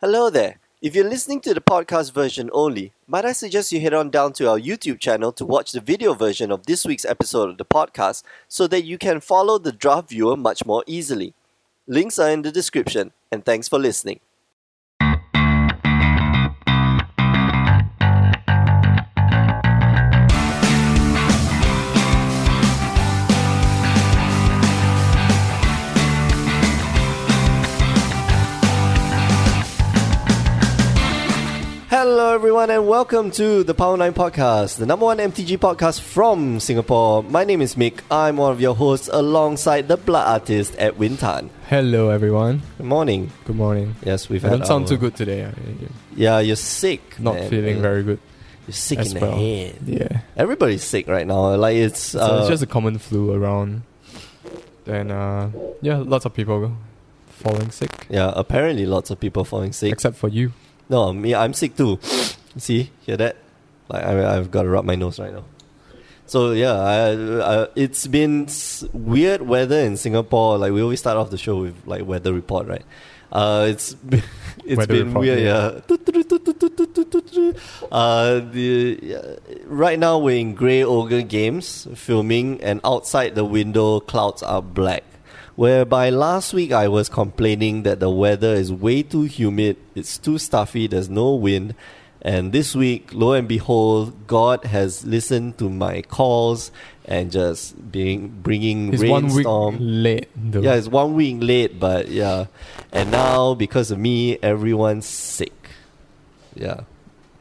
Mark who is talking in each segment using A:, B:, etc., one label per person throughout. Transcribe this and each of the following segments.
A: Hello there. If you're listening to the podcast version only, might I suggest you head on down to our YouTube channel to watch the video version of this week's episode of the podcast so that you can follow the draft viewer much more easily. Links are in the description, and thanks for listening. Hello, everyone, and welcome to the Power 9 Podcast, the number one MTG podcast from Singapore. My name is Mick. I'm one of your hosts alongside the blood artist Edwin Tan.
B: Hello, everyone.
A: Good morning.
B: Good morning.
A: Yes, we've
B: I
A: had
B: don't sound
A: our-
B: too good today. I mean,
A: Yeah, you're sick.
B: not
A: man.
B: feeling very good
A: You're sick
B: as
A: in
B: well.
A: the head.
B: Yeah.
A: Everybody's sick right now. Like it's,
B: So
A: uh,
B: it's just a common flu around. And uh, yeah, lots of people falling sick.
A: yeah. Apparently, lots of people falling sick.
B: Except for you.
A: No, me, I'm sick too. See, hear that? Like I, I've got to rub my nose right now. So yeah, I, I, it's been s- weird weather in Singapore. Like we always start off the show with like weather report, right? Uh, it's b- it's
B: Weather
A: been
B: report,
A: weird,
B: yeah.
A: yeah. Uh, the, yeah, right now we're in Grey Ogre Games filming, and outside the window clouds are black. Whereby last week I was complaining that the weather is way too humid, it's too stuffy, there's no wind. And this week, lo and behold, God has listened to my calls and just being bringing
B: It's one week
A: rainstorm.
B: late. Though.
A: Yeah, it's one week late, but yeah. And now because of me, everyone's sick. Yeah,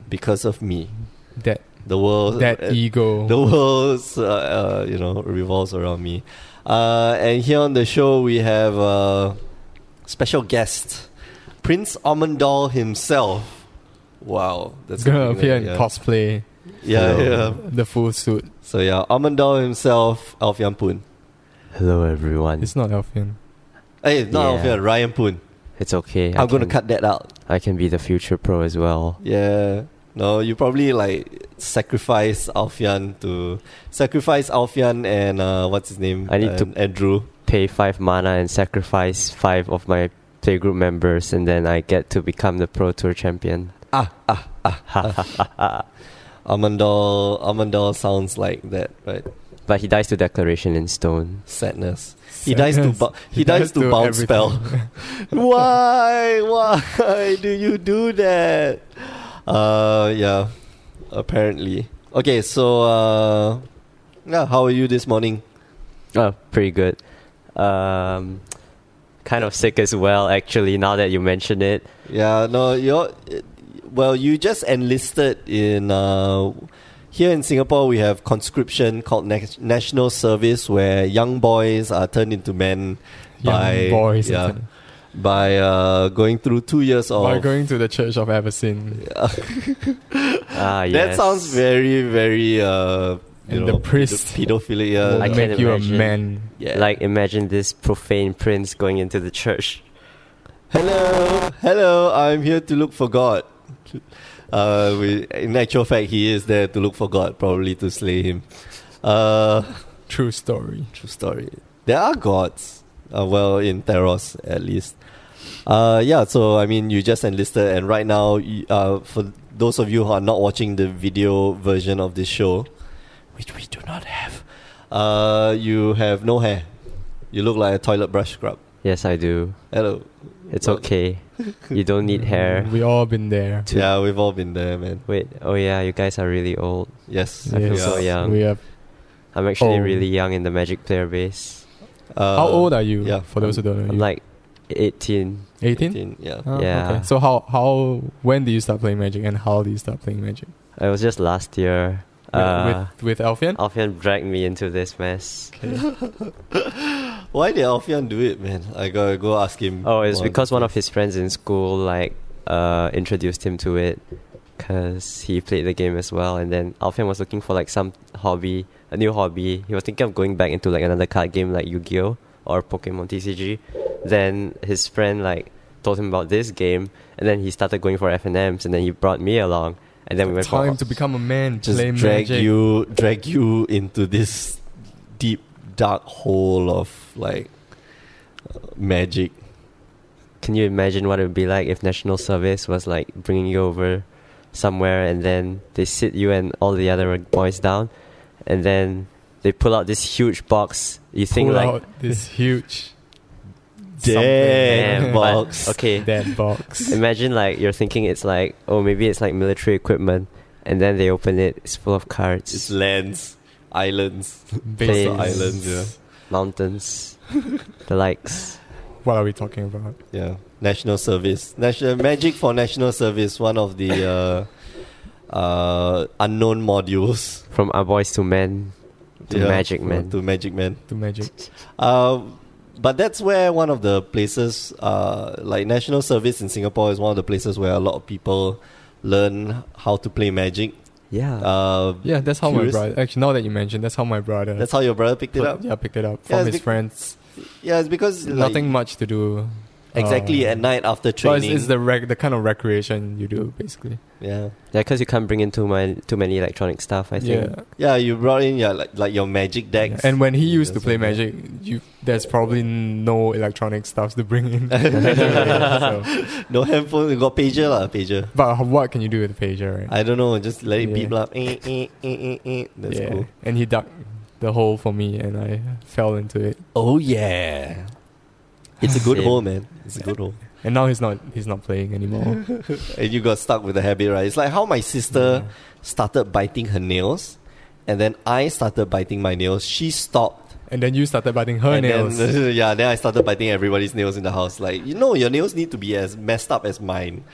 A: because of me,
B: that
A: the world
B: that
A: uh,
B: ego.
A: the world uh, uh, you know revolves around me. Uh, and here on the show we have a special guest, Prince Amandal himself. Wow, that's
B: It's gonna
A: be good,
B: appear in
A: yeah.
B: cosplay.
A: Yeah, yeah.
B: The full suit.
A: So yeah, Amandal himself, Alfian Poon.
C: Hello everyone.
B: It's not Elfian.
A: Hey, not
C: Yeah.
A: Alfian, Ryan Poon.
C: It's okay. I
A: I'm gonna
C: can-
A: cut that out.
C: I can be the future pro as well.
A: Yeah. No, you probably like sacrifice Alfian to sacrifice Alfian and uh, what's his name?
C: I need
A: and,
C: to-
A: Andrew.
C: Pay five mana and sacrifice five of my playgroup members, and then I get to become the pro tour champion.
A: Ah ah ah. Amandal Amandal sounds like that, right?
C: But he dies to declaration in stone.
A: Sadness. He dies to
B: Sadness.
A: bu- he, dies, to bounce spell. Why? Why do you do that? Uh yeah. Apparently. Okay, so uh yeah, how are you this morning?
C: Oh, pretty good. Um, kind of sick as well, actually. Now that you mention it,
A: Yeah, no, you're. it- Well, you just enlisted in. Uh, here in Singapore, we have conscription called na- national service, where young boys are turned into men
B: Young
A: by
B: boys.
A: yeah, Oh.
B: isn't it?
A: by uh, going through two years of.
B: By going to the church of Everson.
C: ah,
A: that
C: yes.
A: sounds very, very. Uh, you
B: And
A: know,
B: the priest
A: pedo- pedophilia.
B: will
C: I can
B: make you
C: imagine.
B: a man.
A: yeah.
C: Like imagine this profane prince going into the church.
A: Hello, hello. I'm here to look for God. Uh, we, in actual fact, he is there to look for God, probably to slay him. Uh,
B: True story.
A: true story. There are gods. Uh, well, in Theros, at least. Uh, yeah. So I mean, you just enlisted, and right now, y- uh, for those of you who are not watching the video version of this show, which we do not have, uh, you have no hair. You look like a toilet brush scrub.
C: Yes, I do.
A: Hello.
C: It's
A: Well-
C: okay. You don't need hair.
B: We all been there.
C: To-
A: yeah, we've all been there, man.
C: Wait. Oh yeah, you guys are really old.
A: Yes.
C: I feel
B: Yes.
C: so young.
B: We have.
C: I'm actually
B: Oh.
C: really young in the Magic player base.
A: Uh,
B: how old are you?
A: yeah,
B: For those who don't know,
C: Um, I'm
B: you?
C: like 18.
B: 18.
A: Yeah.
B: Ah,
C: Yeah.
B: Okay. So how how when do you start playing Magic and how do you start playing Magic?
C: It was just last year.
B: With,
C: Uh,
B: with, with Alfian.
C: Alfian dragged me into this mess.
A: Why did Alfian do it, man? I gotta go ask him.
C: Oh, it's
A: more.
C: because one of his friends in school like uh, introduced him to it because he played the game as well. And then Alfian was looking for like some hobby, a new hobby. He was thinking of going back into like another card game like Yu-Gi-Oh or Pokemon TCG. Then his friend like told him about this game, and then he started going for F and M's, and then he brought me along. And then we went for
B: Time to become a man.
A: just
B: play
A: drag
B: Magic.
A: you drag you into this deep dark hole of like uh, magic.
C: can you imagine what it would be like if national service was like bringing you over somewhere and then they sit you and all the other boys down and then they pull out this huge box you think
B: Pull
C: like
B: out this huge
A: Damn
B: something.
C: Damn,
A: box.
C: okay
B: That box.
C: imagine like you're thinking it's like oh maybe it's like military equipment and then they open it it's full of cards
A: It's lands, islands.
B: Bases.
A: islands, yeah.
C: mountains the likes
B: What are we talking about?
A: Yeah, national service, national magic for national service. One of the uh, uh, unknown modules
C: from our boys to men to
A: Yeah,
C: magic
A: for-
C: men
A: To magic man.
B: To magic.
A: Um, but that's where one of the places, uh, like national service in Singapore, is one of the places where a lot of people learn how to play magic.
C: yeah
A: Uh,
B: Yeah, that's how
A: Curious.
B: my brother. Actually, now that you mentioned, that's how my brother.
A: That's how your brother picked it
B: put-
A: up.
B: Yeah, picked it up
A: Yeah,
B: from
A: it's
B: his
A: bec-
B: friends.
A: Yeah, it's because like,
B: Nothing much to do.
A: exactly
B: uh,
A: at night after
B: Well, it's,
A: training.
B: it's the rec- the kind of recreation you do basically.
A: yeah,
C: Yeah, because you can't bring in too, my, too many electronic stuff, I think.
B: Yeah.
A: yeah. You brought in your like, like your magic decks.
B: And when he
A: Yeah,
B: used to
A: that's
B: play
A: what I
B: Magic, you there's probably no electronic stuff to bring in. So-
A: no handphone, you got pager lah, pager.
B: but what can you do with a pager, right?
A: I don't know, just let it
B: Yeah.
A: beep lah. Eh, eh, eh, eh, eh. That's cool.
B: And he dug the hole for me, and I fell into it.
A: Oh yeah, it's a good
C: Same.
A: hole, man. It's a good hole.
B: And now he's not he's not playing anymore.
A: and you got stuck with the habit, right? It's like how my sister started biting her nails, and then I started biting my nails. She stopped.
B: And then you started biting her
A: and then-
B: nails.
A: yeah, then I started biting everybody's nails in the house. Like, you know, your nails need to be as messed up as mine.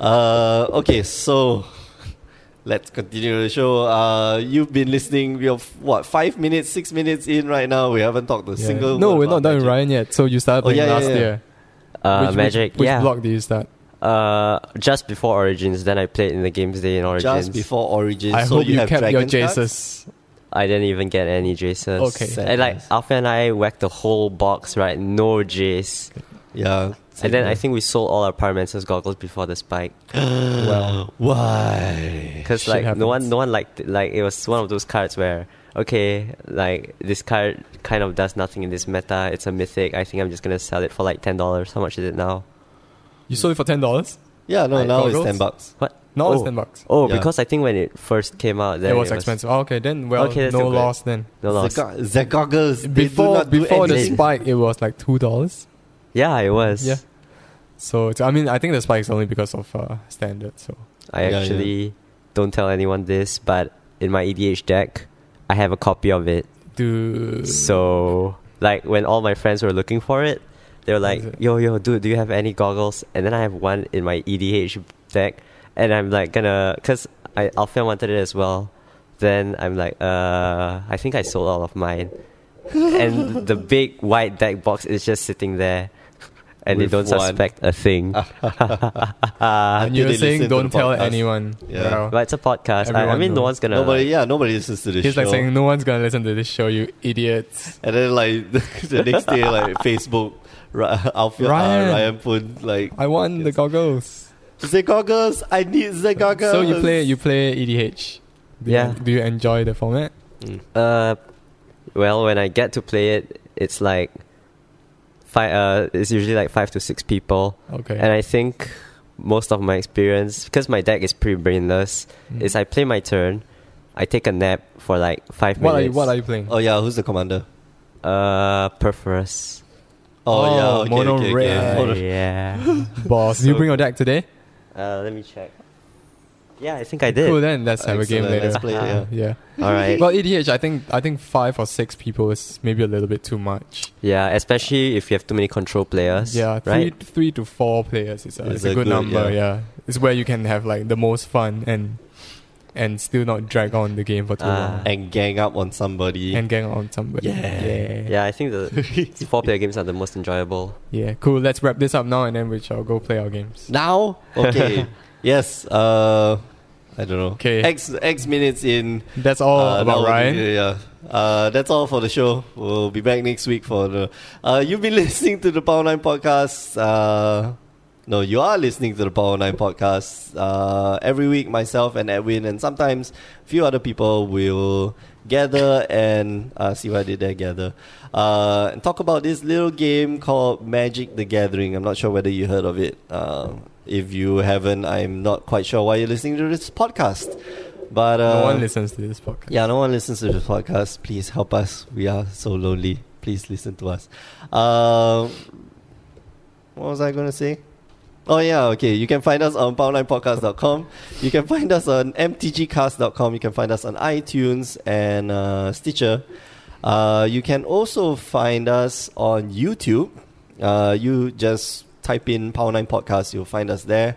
A: Uh, okay, so let's continue the show. Uh, you've been listening. We're f- what five minutes, six minutes in right now. We haven't talked a
B: Yeah.
A: single.
B: no,
A: word
B: we're not
A: about
B: done with
A: magic.
B: Ryan yet. So you started
A: Oh,
B: playing
A: yeah, yeah,
B: last
A: yeah.
B: year.
C: Uh,
B: which,
C: Magic,
B: Which, which
C: yeah.
B: block do you start?
C: Uh, just before Origins, then I played in the games day in Origins.
A: Just before Origins,
B: I
A: so
B: hope
A: you,
B: you,
A: have
B: kept your
A: dragon cards?
B: Jesus.
C: I didn't even get any Jaces.
B: Okay.
C: And like,
A: Sadness.
C: Alpha and I whacked the whole box, right? No Jace.
A: Yeah,
C: And then I think we sold all our Pyromancer's goggles before the spike.
A: well, why?
C: Because
B: Shit
C: like, no one
B: happens.
C: no one liked it. Like, it was one of those cards where, okay, like, this card kind of does nothing in this meta. It's a mythic. I think I'm just going to sell it for like $10. How much is it now?
B: You sold it for ten dollars.
A: Yeah, no,
B: Like
A: now it's
B: goggles?
A: ten bucks.
C: What?
B: Now it's
C: Oh.
B: ten bucks.
C: Oh,
A: Yeah.
C: because I think when it first came out, then
B: it was expensive. Oh, okay, then well,
C: Okay, that's
B: no
C: not bad.
B: loss then.
C: No loss.
A: Zaga- Zagagas, they do
B: Before
A: not do
B: before the
A: anything.
B: spike, it was like two dollars.
C: Yeah, it was.
B: Yeah. So it's, I mean, I think the spike is only because of uh, standard. So
C: I
A: Yeah, yeah.
C: actually don't tell anyone this, but in my EDH deck, I have a copy of it.
B: do
C: So, like, when all my friends were looking for it, they were
B: Is it-
C: like, yo, yo, dude, do you have any goggles? And then I have one in my EDH deck, and I'm like, gonna, because Alpha wanted it as well. Then I'm like, uh, I think I sold all of mine. and the big white deck box is just sitting there, and
A: With
C: they don't
A: one. Ah.
C: suspect a thing.
B: and you
A: Until they
B: were
A: listen
B: saying
A: to
B: don't
A: the
B: tell
A: podcast.
B: anyone.
A: Yeah.
B: Well,
C: But it's a podcast. I, I
B: Everyone
C: mean, no
B: knows.
C: one's gonna.
A: Nobody,
C: like-
A: yeah, nobody listens to this
B: he's
A: show.
B: like saying no one's gonna listen to this show, you idiots.
A: and then like the next day, like Facebook, Ra- Alfie, Ryan.
B: Ryan.
A: Uh, Ryan put like
B: I want the goggles.
A: Zegoggles. I need Zegoggles.
B: So you play you play EDH. Do
C: Yeah.
B: You, do you enjoy the format?
A: Mm.
C: Uh, well, when I get to play it, it's like five. Uh, it's usually like five to six people,
B: Okay.
C: and I think most of my experience because my deck is pretty brainless.
B: Mm.
C: Is I play my turn, I take a nap for like five
B: what are you
C: minutes.
B: What are you playing?
A: Oh yeah, who's the commander?
C: Uh, Perforous.
A: Oh,
B: Oh,
A: yeah, okay,
B: mono
A: okay, okay.
B: red.
A: Mono-
C: Uh, yeah.
B: Boss, you
C: so-
B: bring your deck today?
C: Uh, let me check. Yeah, I think I did.
B: Cool. Then let's have a game
A: Excellent,
B: later.
A: Let's play. it, Yeah.
B: yeah.
C: All right.
B: Well, EDH, I think I think five or six people is maybe a little bit too much.
C: yeah, especially if you have too many control players.
B: Yeah, three
C: Right.
B: three to four players is a,
A: Is
B: is a,
A: a
B: good,
A: good-
B: number.
A: yeah.
B: Yeah. it's where you can have like the most fun and and still not drag on the game for too
C: Ah.
B: long
A: And gang up on somebody.
B: and gang on somebody.
A: Yeah.
B: yeah,
C: Yeah, I think the four player games are the most enjoyable.
B: Yeah, Cool. Let's wrap this up now, and then we shall go play our games.
A: now, okay, yes. Uh, I don't know.
B: Okay.
A: X X minutes in.
B: That's all
A: Uh, that
B: Oh, about
A: will be-
B: Ryan.
A: yeah. Uh, that's all for the show. We'll be back next week for the. Uh, you've been listening to the Power Nine podcast. Uh, No, you are listening to the Power 9 podcast. Uh, every week, myself and Edwin, and sometimes a few other people will gather and uh, see what I did there gather uh, and talk about this little game called Magic the Gathering. I'm not sure whether you heard of it. Uh, if you haven't, I'm not quite sure why you're listening to this podcast. But uh,
B: no one listens to this podcast.
A: yeah, no one listens to this podcast. Please help us. We are so lonely. Please listen to us. Um, what was I going to say? Oh, yeah, okay. You can find us on power9podcast.com. You can find us on mtgcast.com. You can find us on iTunes and uh, Stitcher. Uh, you can also find us on YouTube. Uh, you just type in Power9 Podcast, you'll find us there.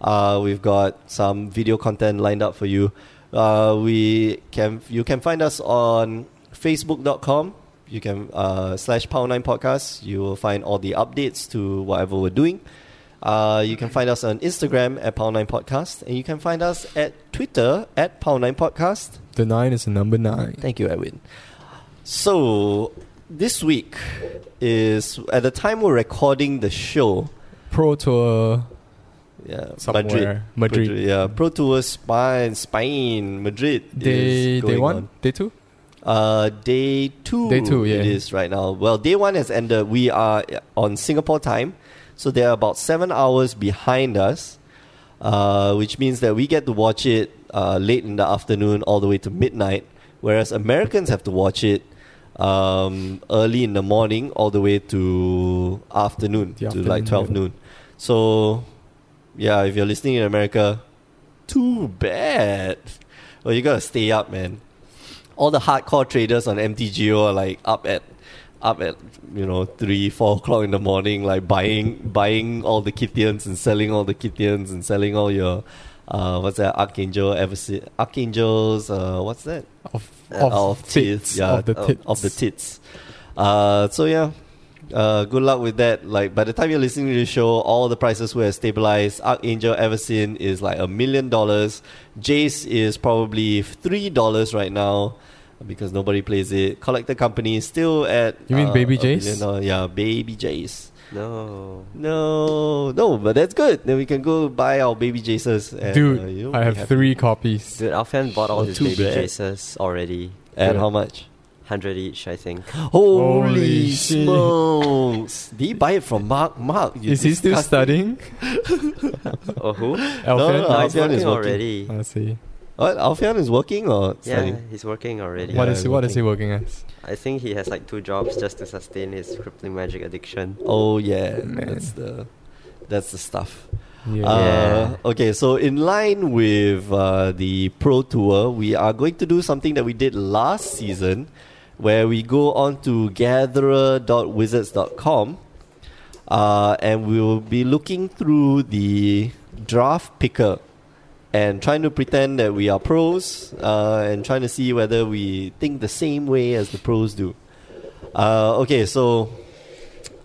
A: Uh, we've got some video content lined up for you. Uh, we can you can find us on facebook.com you can uh, slash power nine podcast you will find all the updates to whatever we're doing uh, you can find us on instagram at power nine podcast and you can find us at twitter at power nine podcast
B: The nine is the number nine.
A: Thank you, Edwin. So this week is at the time we're recording the show.
B: Pro Tour
A: Yeah,
B: somewhere.
A: Madrid.
B: Madrid.
A: yeah, Pro Tour Spain, Spain, Madrid.
B: Day,
A: is
B: day
A: going
B: one?
A: on.
B: Day two?
A: Uh, day two.
B: Day two, yeah.
A: It is right now. Well, day one has ended. We are on Singapore time, so they are about seven hours behind us, uh, which means that we get to watch it uh, late in the afternoon all the way to midnight, whereas Americans have to watch it um, early in the morning all the way to afternoon,
B: The
A: to like
B: afternoon,
A: 12
B: yeah.
A: noon. So, yeah, if you're listening in America, too bad. Well, you gotta stay up, man. All the hardcore traders on MTGO are like up at up at you know three, four o'clock in the morning, like buying buying all the Kithians and selling all the Kithians and selling all your uh what's that Archangel Eversi- Archangels uh what's that
B: Of,
A: Uh,
B: of, tits.
A: yeah
B: of the
A: uh,
B: tits.
A: of the tits. Uh, so yeah. Uh, good luck with that. Like by the time you're listening to the show, all the prices were stabilized. Archangel Eversin is like a million dollars. Jace is probably three dollars right now because nobody plays it. Collector Company is still at
B: You mean
A: uh,
B: Baby
A: a billion
B: Jace?
A: dollar- Yeah, Baby Jace.
C: No.
A: No, no, but that's good. Then we can go buy our Baby Jaces. And,
B: Dude,
A: uh, you know,
B: I
A: be
B: have
A: happy.
B: three copies.
C: Dude, our fan bought all
A: Oh,
C: his
A: too
C: baby
A: bad.
C: Jaces already.
A: And how much?
C: 100 each, I think.
A: Holy,
B: Holy shit.
A: smokes! Did he buy it from Mark? Mark, you
B: Is he still
A: disgusting-
B: studying?
C: Oh, who? no,
B: Alfred?
A: no,
B: I
C: he's
A: Alfian
C: working
A: is working. Oh,
C: already.
B: I see.
A: What? Alfian is working or
C: yeah,
A: studying?
C: he's working already.
B: What
A: Yeah,
B: is he, what is he working as?
C: I think he has like two jobs just to sustain his crippling magic addiction.
A: Oh yeah,
B: Man.
A: that's the that's the stuff.
B: Yeah.
A: Uh, okay, so in line with uh, the Pro Tour, we are going to do something that we did last season, where we go on to gatherer.wizards.com, uh, and we will be looking through the draft picker and trying to pretend that we are pros uh, and trying to see whether we think the same way as the pros do. Uh, okay, so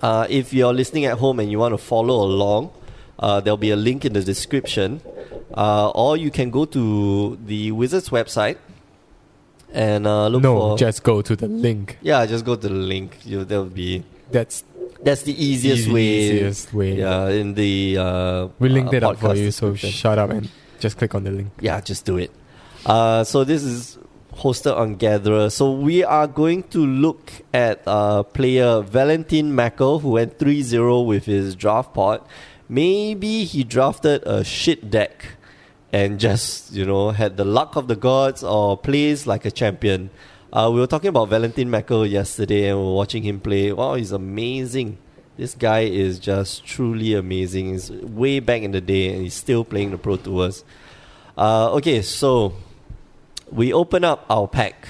A: uh, if you're listening at home and you want to follow along, uh, there'll be a link in the description. Uh, or you can go to the Wizards website and uh, look
B: no,
A: for.
B: just go to the link.
A: yeah, just go to the link. You, there'll be.
B: That's
A: That's the easiest
B: the
A: way.
B: Easiest way.
A: Yeah, in the. Uh,
B: We linked
A: uh,
B: it up for
A: podcast
B: you, so
A: description.
B: shut up and just click on the link.
A: yeah, just do it. Uh, so this is hosted on Gatherer. So we are going to look at uh, player Valentin Mackel, who went 3-0 with his draft pot. Maybe he drafted a shit deck and just, you know, had the luck of the gods or plays like a champion. Uh, we were talking about Valentin Mackel yesterday and we were watching him play. Wow, he's amazing. This guy is just truly amazing. He's way back in the day and he's still playing the Pro Tours. Uh, okay, so we open up our pack.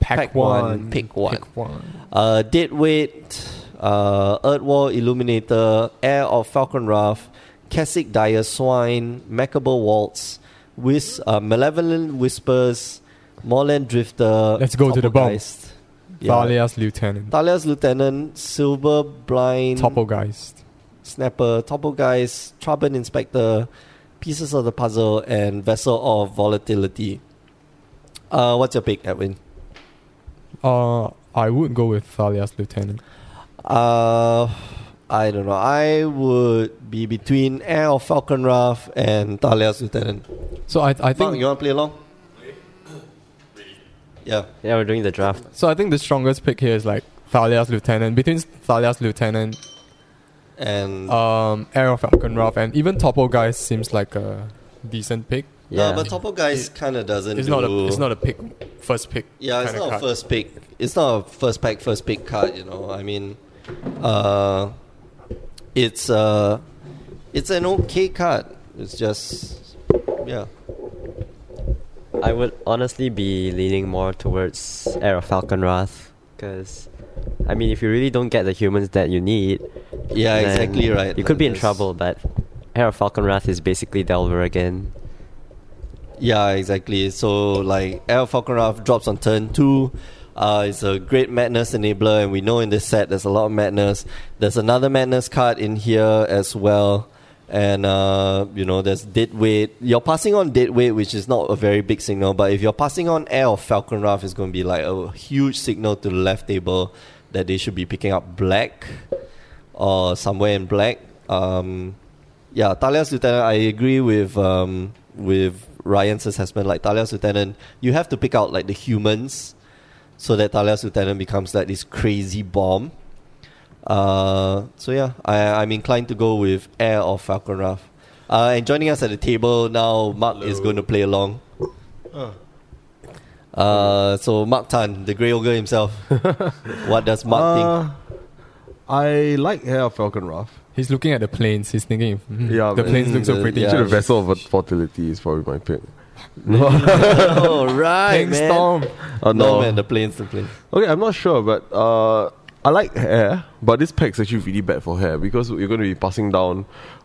B: Pack,
A: Pack one, pick one.
B: Pick one.
A: Uh, Deadweight, uh, Earthwall Illuminator, Heir of Falcon Wrath, Cassic Dire Swine, Mackable Waltz, Whis- uh, Malevolent Whispers, Morland Drifter.
B: Let's go to the bomb.
A: Doppelgeist. Yeah.
B: Valia's Lieutenant.
A: Thalia's Lieutenant, Silver Blind,
B: Topogeist.
A: Snapper, Topo Guys, Trouble Inspector, Pieces of the Puzzle, and Vessel of Volatility. Uh, what's your pick, Edwin?
B: Uh, I would go with Thalia's Lieutenant.
A: Uh, I don't know. I would be between Air of Falconraft and Talia Sutanen.
B: So I, I
A: Mark,
B: think
A: you want to play along? Yeah.
C: Yeah, we're doing the draft.
B: so. I think the strongest pick here is like Thalia's lieutenant between Thalia's lieutenant,
A: And uh,
B: um, Air of Falconraft, and even Topo guy seems like a decent pick.
C: Yeah,
A: but Topo Guys kind of doesn't
B: It's not
A: do-
B: a it's not a pick first pick.
A: Yeah, it's
B: kinda
A: not
B: card.
A: a first pick. It's not a first pack, first pick card. You know, I mean, uh, it's uh, it's an okay card. It's just, yeah,
C: I would honestly be leaning more towards Air of Falcon Wrath because, I mean, if you really don't get the humans that you need,
A: yeah,
C: then
A: exactly right.
C: You could be in
A: There's-
C: trouble, but Air of Falcon Wrath is basically Delver again.
A: Yeah, exactly. So like, Air Falconraft drops on turn two. Uh, it's a great madness enabler, and we know in this set there's a lot of madness. There's another madness card in here as well. And uh, you know, there's dead weight. You're passing on dead weight, which is not a very big signal, but if you're passing on air or Falcon Raft, it's going to be like a huge signal to the left table that they should be picking up black or somewhere in black. Um, yeah, Talia's lieutenant. I agree with um, with Ryan's assessment. Like Talia's lieutenant, you have to pick out like the humans, so that Talia's lieutenant becomes like this crazy bomb. Uh, so yeah, I, I'm inclined to go with Air of Falcon Raft. Uh, and joining us at the table now, Mark is going to play along. Uh, so Mark Tan, the Grey Ogre himself. what does Mark think?
D: Uh, I like Air of Falcon Rough.
B: He's looking at the planes. He's thinking, "Hmm,
D: Yeah,
B: the
D: man.
B: planes look so
A: Mm,
B: pretty.
A: yeah.
D: Actually, the vessel of fertility is probably my pick. No,
A: All right,
B: Pink
A: man.
B: storm.
D: Uh,
A: No,
D: no.
A: man, the planes, the planes.
D: Okay, I'm not sure, but uh, I like hair, but this pack's actually really bad for hair because you're going to be passing down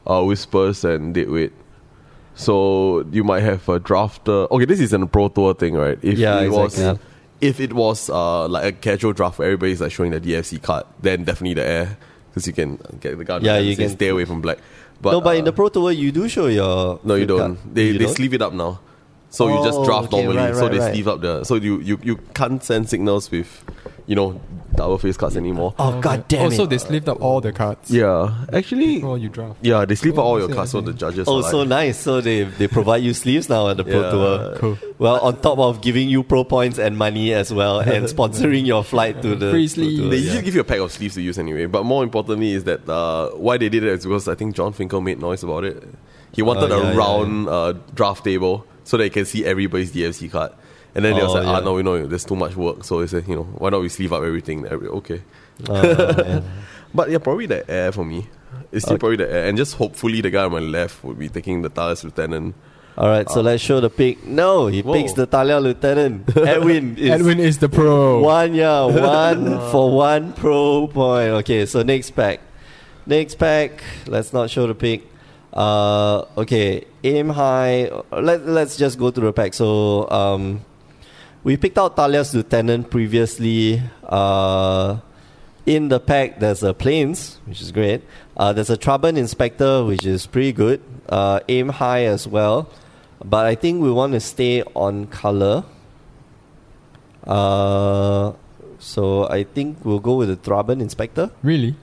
D: uh, whispers and dead weight. So you might have a drafter. Okay, this is an pro tour thing, right? If
A: Yeah,
D: it was,
A: exactly.
D: if it was uh, like a casual draft where everybody's like showing the DFC card, then definitely the air because you can get the card.
A: Yeah,
D: and
A: you
D: it says
A: can-
D: stay away from black. But,
A: no, but in
D: uh,
A: the Pro Tour, you do show your.
D: No, you
A: flip
D: don't.
A: card.
D: They
A: You
D: they
A: don't?
D: sleeve it up now. So you just
A: Oh,
D: draft
A: okay,
D: normally.
A: right,
D: so
A: right,
D: they
A: right.
D: sleeve up the. So you, you you can't send signals with, you know, double face cards anymore.
A: Oh, god damn
B: Also,
A: it.
B: they sleeved up all the cards.
D: Yeah, actually,
B: Before you draft.
D: yeah, they sleeve up all
B: I
D: your
B: see, I
D: cards. So
B: see.
D: the judges.
A: Oh,
D: are like,
A: so nice. So they, they provide you sleeves now at the Pro
D: Yeah.
A: Tour.
B: Cool.
A: Well, on top of giving you pro points and money as well, and sponsoring your flight to the. Pro Tour,
B: Free sleeves.
D: They
A: yeah.
D: usually give you a pack of sleeves to use anyway. But more importantly is that uh, why they did it is because I think John Finkel made noise about it. He wanted
A: Oh, yeah,
D: a
A: yeah,
D: round Uh, draft table so they can see everybody's DFC card. And then they was
A: Oh,
D: like, ah,
A: yeah.
D: no, we know there's too much work. So they said, you know, why don't we sleeve up everything? Every- Okay.
A: Oh, man.
D: But yeah, probably the air for me. It's still probably the air. And just hopefully the guy on my left would be taking the Talis Lieutenant.
A: All right, so let's show the pick. No, he
D: Uh, Whoa.
A: picks the Talia Lieutenant. Edwin is.
B: Edwin is the pro.
A: One, yeah, one for one pro point. Okay, so next pack. Next pack, let's not show the pick. Uh, okay, aim high. Let, let's just go to the pack. So, um, we picked out Talia's lieutenant previously. Uh, in the pack, there's a planes, which is great. Uh, there's a Traban Inspector, which is pretty good. Uh, aim high as well. But I think we want to stay on color. Uh, so I think we'll go with the Thraben Inspector.
B: Really?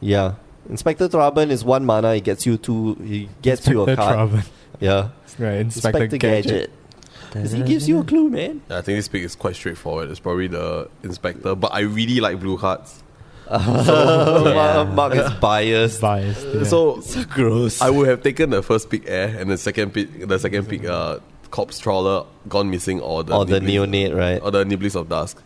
A: Yeah, Inspector Thraben is one mana. He gets you two. He gets you a
B: Inspector
A: card.
B: Traven.
A: Yeah,
B: Right, Inspector,
A: Inspector Gadget.
B: Gadget.
A: 'Cause He gives you a clue, man.
D: Yeah, I think this pick is quite straightforward. It's probably the Inspector. But I really like blue cards.
A: Mark-
C: Yeah.
A: Mark is biased.
B: Biased. yeah.
D: So
A: So gross.
D: I would have taken the first pick air and the second pick the second pick uh corpse trawler gone missing or Oh, the
A: or the
D: Niblis-
A: neonate, right?
D: or the Niblis of Dusk.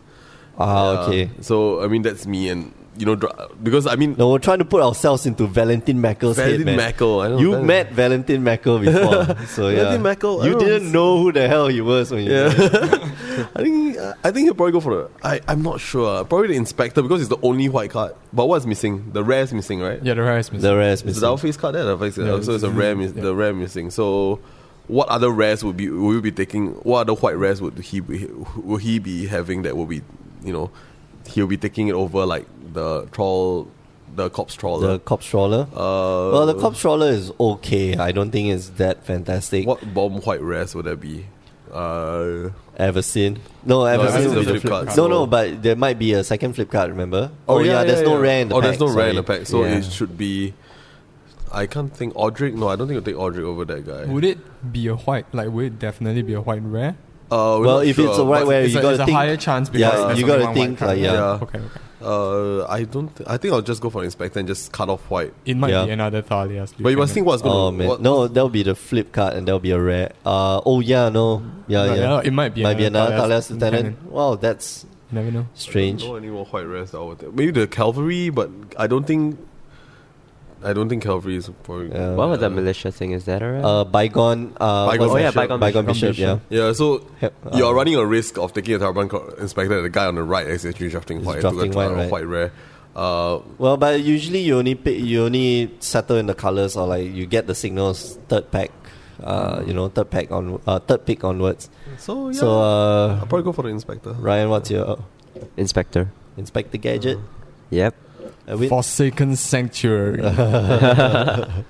A: Ah,
D: Yeah.
A: okay.
D: So I mean that's me and you know dra- because I mean
A: No, we're trying to put ourselves into Valentin Mackel's
D: Valentin
A: head, man.
D: Mackel, I know
A: you
D: Valentin-
A: met Valentin Mackel before, so yeah.
D: Valentin Mackel, I
A: You
D: don't-
A: didn't know who the hell he was when you.
D: Yeah.
A: met him.
D: I think I think he'll probably go for the I I'm not sure probably the inspector because it's the only white card. But what's missing? The rare's missing, right?
B: yeah, the rest. is
A: The rest,
D: It's
A: missing.
D: the double face card there. The face,
B: Yeah,
D: so it's a
B: it's-
D: rare. Mis-
B: yeah.
D: The rare missing. So what other rares would be would we be taking? What other white rares would he be, will he be having that will be you know he'll be taking it over like the troll, the corpse
A: the
D: trawler.
A: corpse trawler.
D: uh,
A: Well, the Corpse Trawler is okay. I don't think it's that fantastic.
D: What bomb white rares would there be? Uh,
A: Ever seen? No, ever
D: Everseen
A: seen.
D: is a
A: would be the
D: flip
A: flip-
D: card,
A: No,
D: so-
A: no, but there might be a second flip card. Remember? Oh, yeah, there's no rare in the
D: oh,
A: pack.
D: there's no rare
A: sorry.
D: in the pack, so
A: Yeah.
D: it should be. I can't think. Audric, no, I don't think I'll take Audric over that guy.
B: Would it be a white? Like, would it definitely be a white rare?
D: Uh, we're
A: Well,
D: not
A: if
D: sure,
A: it's a right
D: but-
A: where
B: it's
A: you
B: a,
A: gotta
B: it's a
A: think.
B: higher chance because
A: Yeah,
B: there's
A: you
B: only
A: gotta
B: one white
A: think,
B: card,
A: like,
B: right?
D: yeah.
B: Okay, okay.
D: Uh, I don't. Th- I think I'll just go for an inspector and just cut off white.
B: It might
A: Yeah.
B: be another Thalia's.
D: But you must think what's
A: Oh
D: going. to
A: man, no, that'll be the flip card, and that'll be a rare. Uh, oh yeah, no, yeah, yeah,
B: It might be
A: might be
B: another
A: another Talia's
B: Thalia's
A: lieutenant.
B: lieutenant.
A: Wow, that's
B: You never know.
A: strange.
B: Oh,
D: I don't know any more white rares that I would take. Maybe the cavalry, but I don't think. I don't think cavalry is for.
A: Yeah.
C: what about the militia thing? Is that alright?
A: Uh, bygone, uh,
D: Bygone
A: what's
D: Oh, yeah,
A: that?
C: Bygone
A: bishop,
B: Bishop.
A: yeah.
D: Yeah, so
A: Hep- uh,
D: you're running a risk of taking a Taliban co- inspector. The guy on the right is actually drafting
A: He's
D: white.
A: drafting
D: took a
A: white,
D: uh,
A: right.
D: white rare. Uh,
A: Well, but usually you only pick, you only settle in the colors or like you get the signals third pack, uh, you know, third pack on uh, third pick onwards.
D: so Oh, yeah,
A: So uh,
D: I'll probably go for the inspector.
A: Ryan, what's your
C: Inspector.
A: inspect the gadget?
C: Yep.
A: Uh, wait.
B: Forsaken Sanctuary.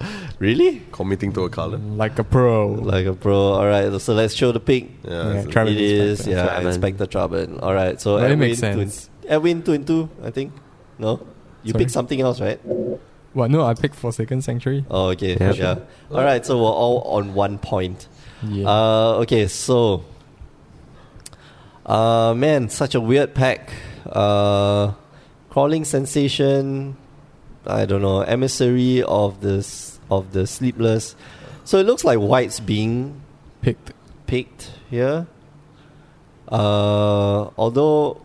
A: really?
D: Committing to a color.
B: like a pro.
A: Like a pro. All right, so let's show the pick.
D: Yeah,
B: Yeah,
D: so-
B: try- Traben
A: it is,
B: Inspector.
A: yeah,
C: Traben.
A: Inspector Traben. All right, so
B: Well, it
A: Edwin,
B: makes
A: two and-
B: sense.
A: Edwin two and two, I think. No, you
B: Sorry?
A: picked something else, right?
B: well, no, I picked Forsaken Sanctuary.
A: Oh, okay,
C: Yeah.
A: yeah. All right, so we're all on one point.
B: Yeah.
A: Uh, okay, so. Uh, man, such a weird pack. Uh, crawling sensation. I don't know emissary of this of the sleepless. So it looks like white's being
B: picked.
A: picked here. Uh, although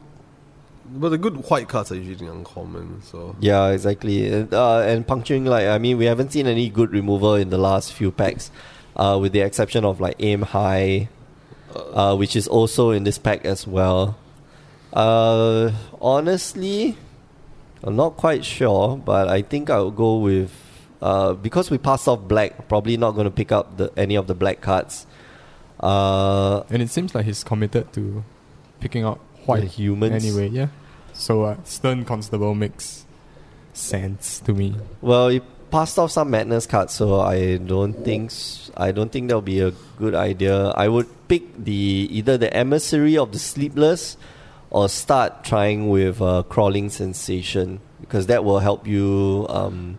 D: but the good white cards are usually uncommon. So
A: Yeah, exactly. And, Uh, and puncturing light. I mean, we haven't seen any good removal in the last few packs, uh, with the exception of like aim high, uh, which is also in this pack as well. Uh, honestly, I'm not quite sure, but I think I'll go with uh, because we passed off black. Probably not going to pick up the, any of the black cards. Uh,
B: And it seems like he's committed to picking up
A: the
B: white
A: humans
B: anyway, yeah. So uh, Stern Constable makes sense to me.
A: Well, you passed off some madness cards, so I don't think s- I don't think that'll be a good idea. I would pick the either the emissary of the sleepless, or start trying with uh, crawling sensation because that will help you um,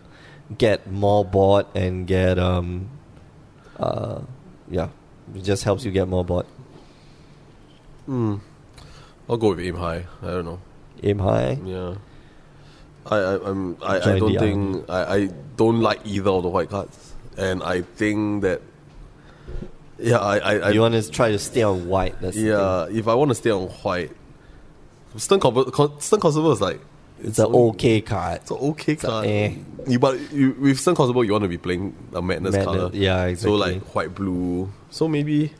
A: get more bored and get um, uh, yeah, it just helps you get more bored.
D: Hmm. I'll go with aim high. I don't know.
A: Aim high.
D: Yeah. I, I I'm I, I
A: Join
D: don't
A: the
D: think I, I don't like either of the white cards. And I think that Yeah, I, I, I
A: you want to try to stay on white. That's the thing.
D: Yeah, if I want to stay on white Stern Conver- Con- Stern Constable is like
A: it's an
D: only-
A: okay card.
D: It's an okay
A: a
D: card.
A: eh.
D: You but you, with Stern Constable you want to be playing a madness,
A: Madness,
D: color.
A: yeah,
D: So
A: exactly.
D: like white blue. So maybe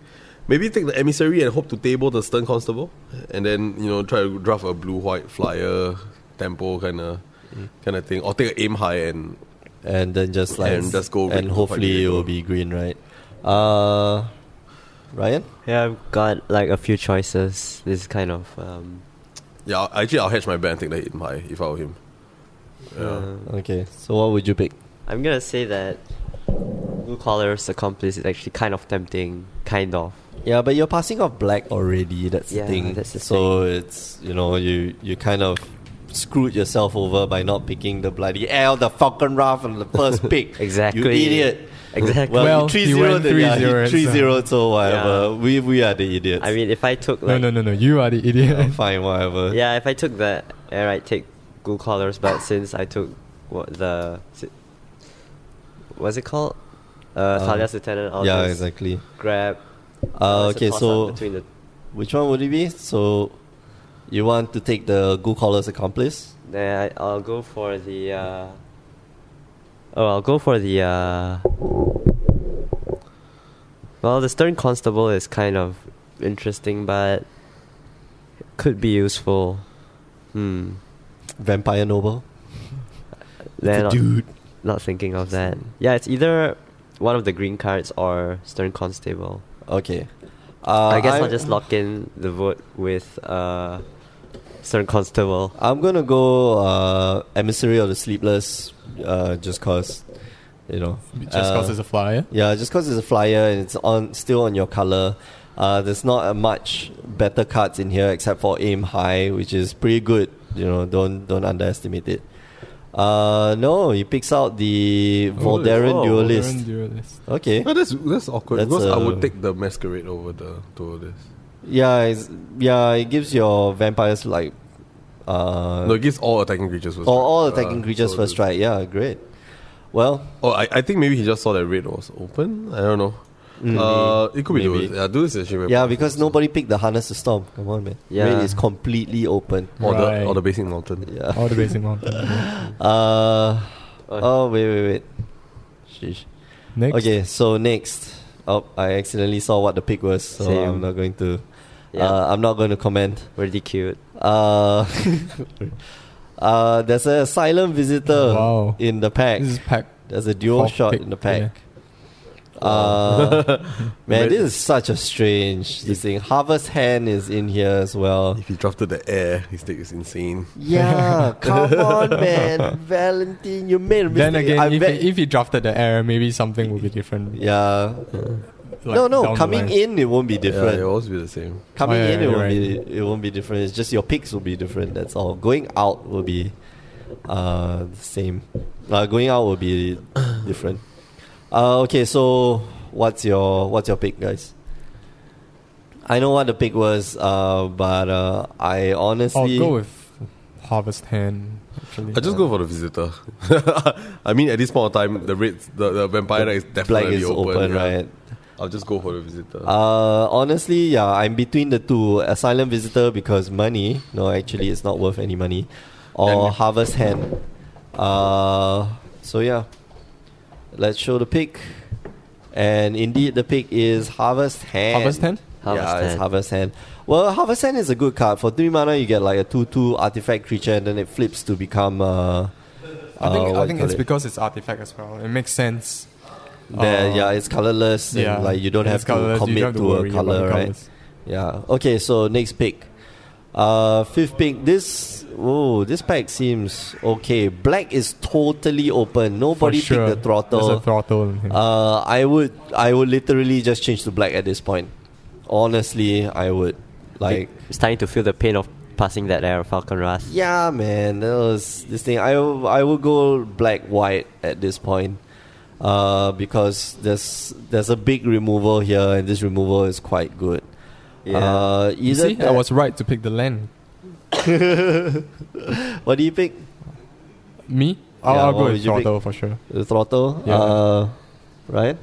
D: maybe take the emissary and hope to table the Stern Constable and then, you know, try to draft a blue white flyer tempo kinda
A: Mm.
D: kinda thing. Or take a aim high and
A: and then just like
D: And just go
A: and
D: red,
A: hopefully
D: white,
A: it
D: red,
A: will be green, right? Uh, Ryan,
C: Yeah, I've got like a few choices. This is kind of um
D: yeah, I'll- actually I'll hedge my bet and take the aim high if I were him. Yeah.
C: uh,
A: okay. So what would you pick?
C: I'm gonna say that blue collar's accomplice is actually kind of tempting. Kind of.
A: Yeah, but you're passing off black already. That's
C: Yeah,
A: the thing.
C: that's the
A: so it's you know you you kind of screwed yourself over by not picking the bloody L, the Falcon Raft, and the first pick.
C: Exactly.
A: you idiot.
C: Exactly.
A: Well,
B: Well,
A: three
B: you
A: zero,
B: went
A: three zero,
B: 3-0,
A: three zero. So whatever,
C: Yeah.
A: we we are the idiots.
C: I mean, if I took
B: No,
C: like
B: no, no, no. You are the idiot.
A: Yeah, fine, whatever.
C: yeah, if I took the air, I take blue collars. But since I took what the si- what's it called? Uh,
A: Uh,
C: Thalia's lieutenant. I'll
A: yeah,
C: just
A: exactly.
C: Grab.
A: Uh,
C: it's a
A: okay,
C: toss-up
A: so
C: between the
A: Which one would it be? So, you want to take the Goo Caller's accomplice?
C: Then I, I'll go for the. Uh, oh, I'll go for the. Uh, well, the Stern Constable is kind of interesting, but could be useful. Hmm.
A: Vampire Noble?
C: Then dude. Not thinking of that. Yeah, it's either one of the green cards or Stern Constable.
A: Okay. Uh,
C: I guess I,
A: I'm-
C: will just lock in the vote with uh, Stern Constable.
A: I'm gonna go uh, Emissary of the Sleepless, uh, just cause you know.
B: Just
A: Uh,
B: cause it's a flyer.
A: Yeah, just because it's a flyer and it's on still on your color. Uh, there's not a much better cards in here except for aim high, which is pretty good. You know, don't don't underestimate it. Uh, no, he picks out the Voldaren
C: oh,
A: Duelist.
B: Duelist.
A: Okay,
D: No, that's that's awkward
A: That's,
D: because I
A: uh,
D: would take the masquerade over the to this.
A: yeah, it's, yeah, it gives your vampires like uh,
D: no, it gives all attacking creatures first.
A: or
D: strike.
A: all
D: Uh,
A: attacking creatures
D: so
A: first
D: the-
A: strike. Yeah, great. Well,
D: Oh, I, I think maybe he just saw that red was open. I don't know.
A: mm,
D: Uh, it could be
A: Maybe.
D: duelist. Yeah, duelist is actually very
A: yeah,
D: powerful.
A: because nobody picked the harness to storm. Come on, man.
C: Yeah.
A: Red is completely open.
D: or
B: Right.
D: the or the basic mountain.
A: Yeah.
B: All the basic mountain.
A: Uh,
C: Oh.
A: oh wait wait wait. Sheesh.
B: Next.
A: Okay, so next. Oh, I accidentally saw what the pick was, so
C: Same.
A: I'm not going to.
C: Yeah.
A: Uh, I'm not going to comment.
C: really cute.
A: Uh, uh, there's a silent visitor
B: Wow.
A: in the pack.
B: This is pack.
A: There's a dual
B: Fourth
A: shot
B: pick,
A: in the pack. Uh, man, this is such a strange this thing. Harvest Hand is in here as well.
D: If he drafted the air, his deck is insane.
A: Yeah, come on, man, Valentine, you made a mistake.
B: Then again,
A: I
B: if,
A: bet-
B: he, if he drafted the error, maybe something would be different.
A: yeah,
B: like,
A: no,
B: down
A: no,
B: the
A: coming
B: line.
A: in it won't be different.
D: Yeah, it will always be the same.
A: coming
B: Oh, yeah,
A: in
B: yeah,
A: it won't
B: you're
A: be it won't be different. It's just your picks will be different. That's all. Going out will be uh the same. Uh, going out will be different. Uh, okay, so what's your what's your pick, guys? I know what the pick was, uh, but uh, I
B: I'll
A: honestly
B: Oh, go with Harvest Hand. Actually.
D: I just go for the visitor. I mean, at this point of time, the red, the, the vampire is Ah.
A: black
D: definitely
A: is open,
D: yeah.
A: right?
D: I'll just go for the visitor.
A: Uh, honestly, yeah, I'm between the two: asylum visitor because money. No, actually, it's not worth any money, or
D: And-
A: harvest hand. Uh, so yeah, let's show the pick. And indeed, the pick is harvest hand.
B: Harvest Hand?
C: Harvest
A: yeah, it's
C: Hand.
A: harvest hand. Well, harvest hand is a good card. For three mana, you get like a two-two artifact creature, and then it flips to become. Uh,
B: I think,
A: uh, what
B: I think
A: you
B: it's
A: call it?
B: because it's artifact as well. It makes sense.
A: There,
B: uh,
A: yeah, it's colorless.
B: yeah,
A: and, like you don't have
B: it's colourless,
A: to
B: you
A: commit
B: don't have
A: to
B: worry
A: a
B: about the
A: color, right?
B: colours.
A: Yeah. Okay, so next pick. Uh fifth pick. This oh, this pack seems okay. Black is totally open.
B: For
A: Nobody
B: sure.
A: picked the
B: There's
A: throttle.
B: a throttle. in him.
A: Uh I would I would literally just change to black at this point. Honestly, I would. Like
C: starting to feel the pain of passing that air Falcon Wrath.
A: yeah, man, that was this thing. I will- I will go black white at this point, uh, because there's there's a big removal here, and this removal is quite good.
C: Yeah.
A: Uh,
B: You
A: either
B: see, I
A: that-
B: was right to pick the land.
A: what do you pick?
B: Me? I'll,
A: Yeah,
B: I'll
A: what
B: go
A: would
B: with
A: you pick?
B: throttle for sure.
A: The throttle.
B: Yeah.
A: Uh, right.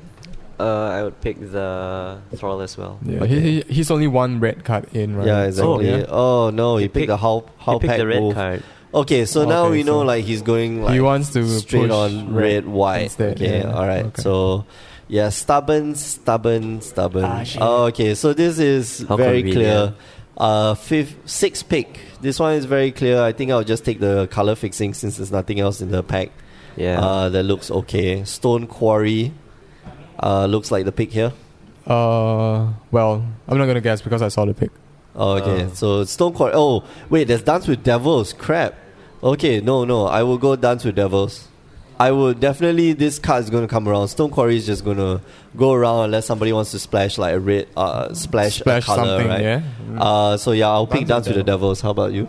C: Uh, I would pick the Thrall as well.
B: Yeah, he, he, he's only one red card in, right?
A: Yeah, exactly.
C: Oh,
A: Oh,
C: yeah.
A: no, he,
C: He
A: picked,
C: picked-
A: the how
C: He
A: how
C: picked
A: pack
C: the red
A: wolf.
C: card.
A: Okay, so now
B: Oh, Okay,
A: we know
B: so
A: like he's going like
B: he wants to
A: straight
B: push
A: on red, white.
B: instead,
A: okay,
B: yeah.
A: all right.
B: Okay.
A: So yeah, stubborn, stubborn, stubborn.
B: Ah, shit.
A: Oh, okay, so this is
C: How
A: very clear.
C: convenient.
A: Uh, fifth, sixth pick. This one is very clear. I think I'll just take the color fixing since there's nothing else in the pack.
C: Yeah.
A: Uh, that looks okay. Stone quarry. Uh, looks like the pick here.
B: Uh, well, I'm not gonna guess because I saw the pick.
A: Oh, okay,
D: Uh.
A: so Stone Quarry. Oh, wait, there's Dance with Devils. Crap. Okay, no, no, I will go Dance with Devils. I will definitely. This card is going to come around. Stone Quarry is just going to go around unless somebody wants to splash like a red, uh, splash,
B: Splash
A: a color,
B: something,
A: right?
B: yeah.
A: Uh, so yeah, I'll pick
B: Dance
A: Dance
B: with
A: with the Devils. How about you?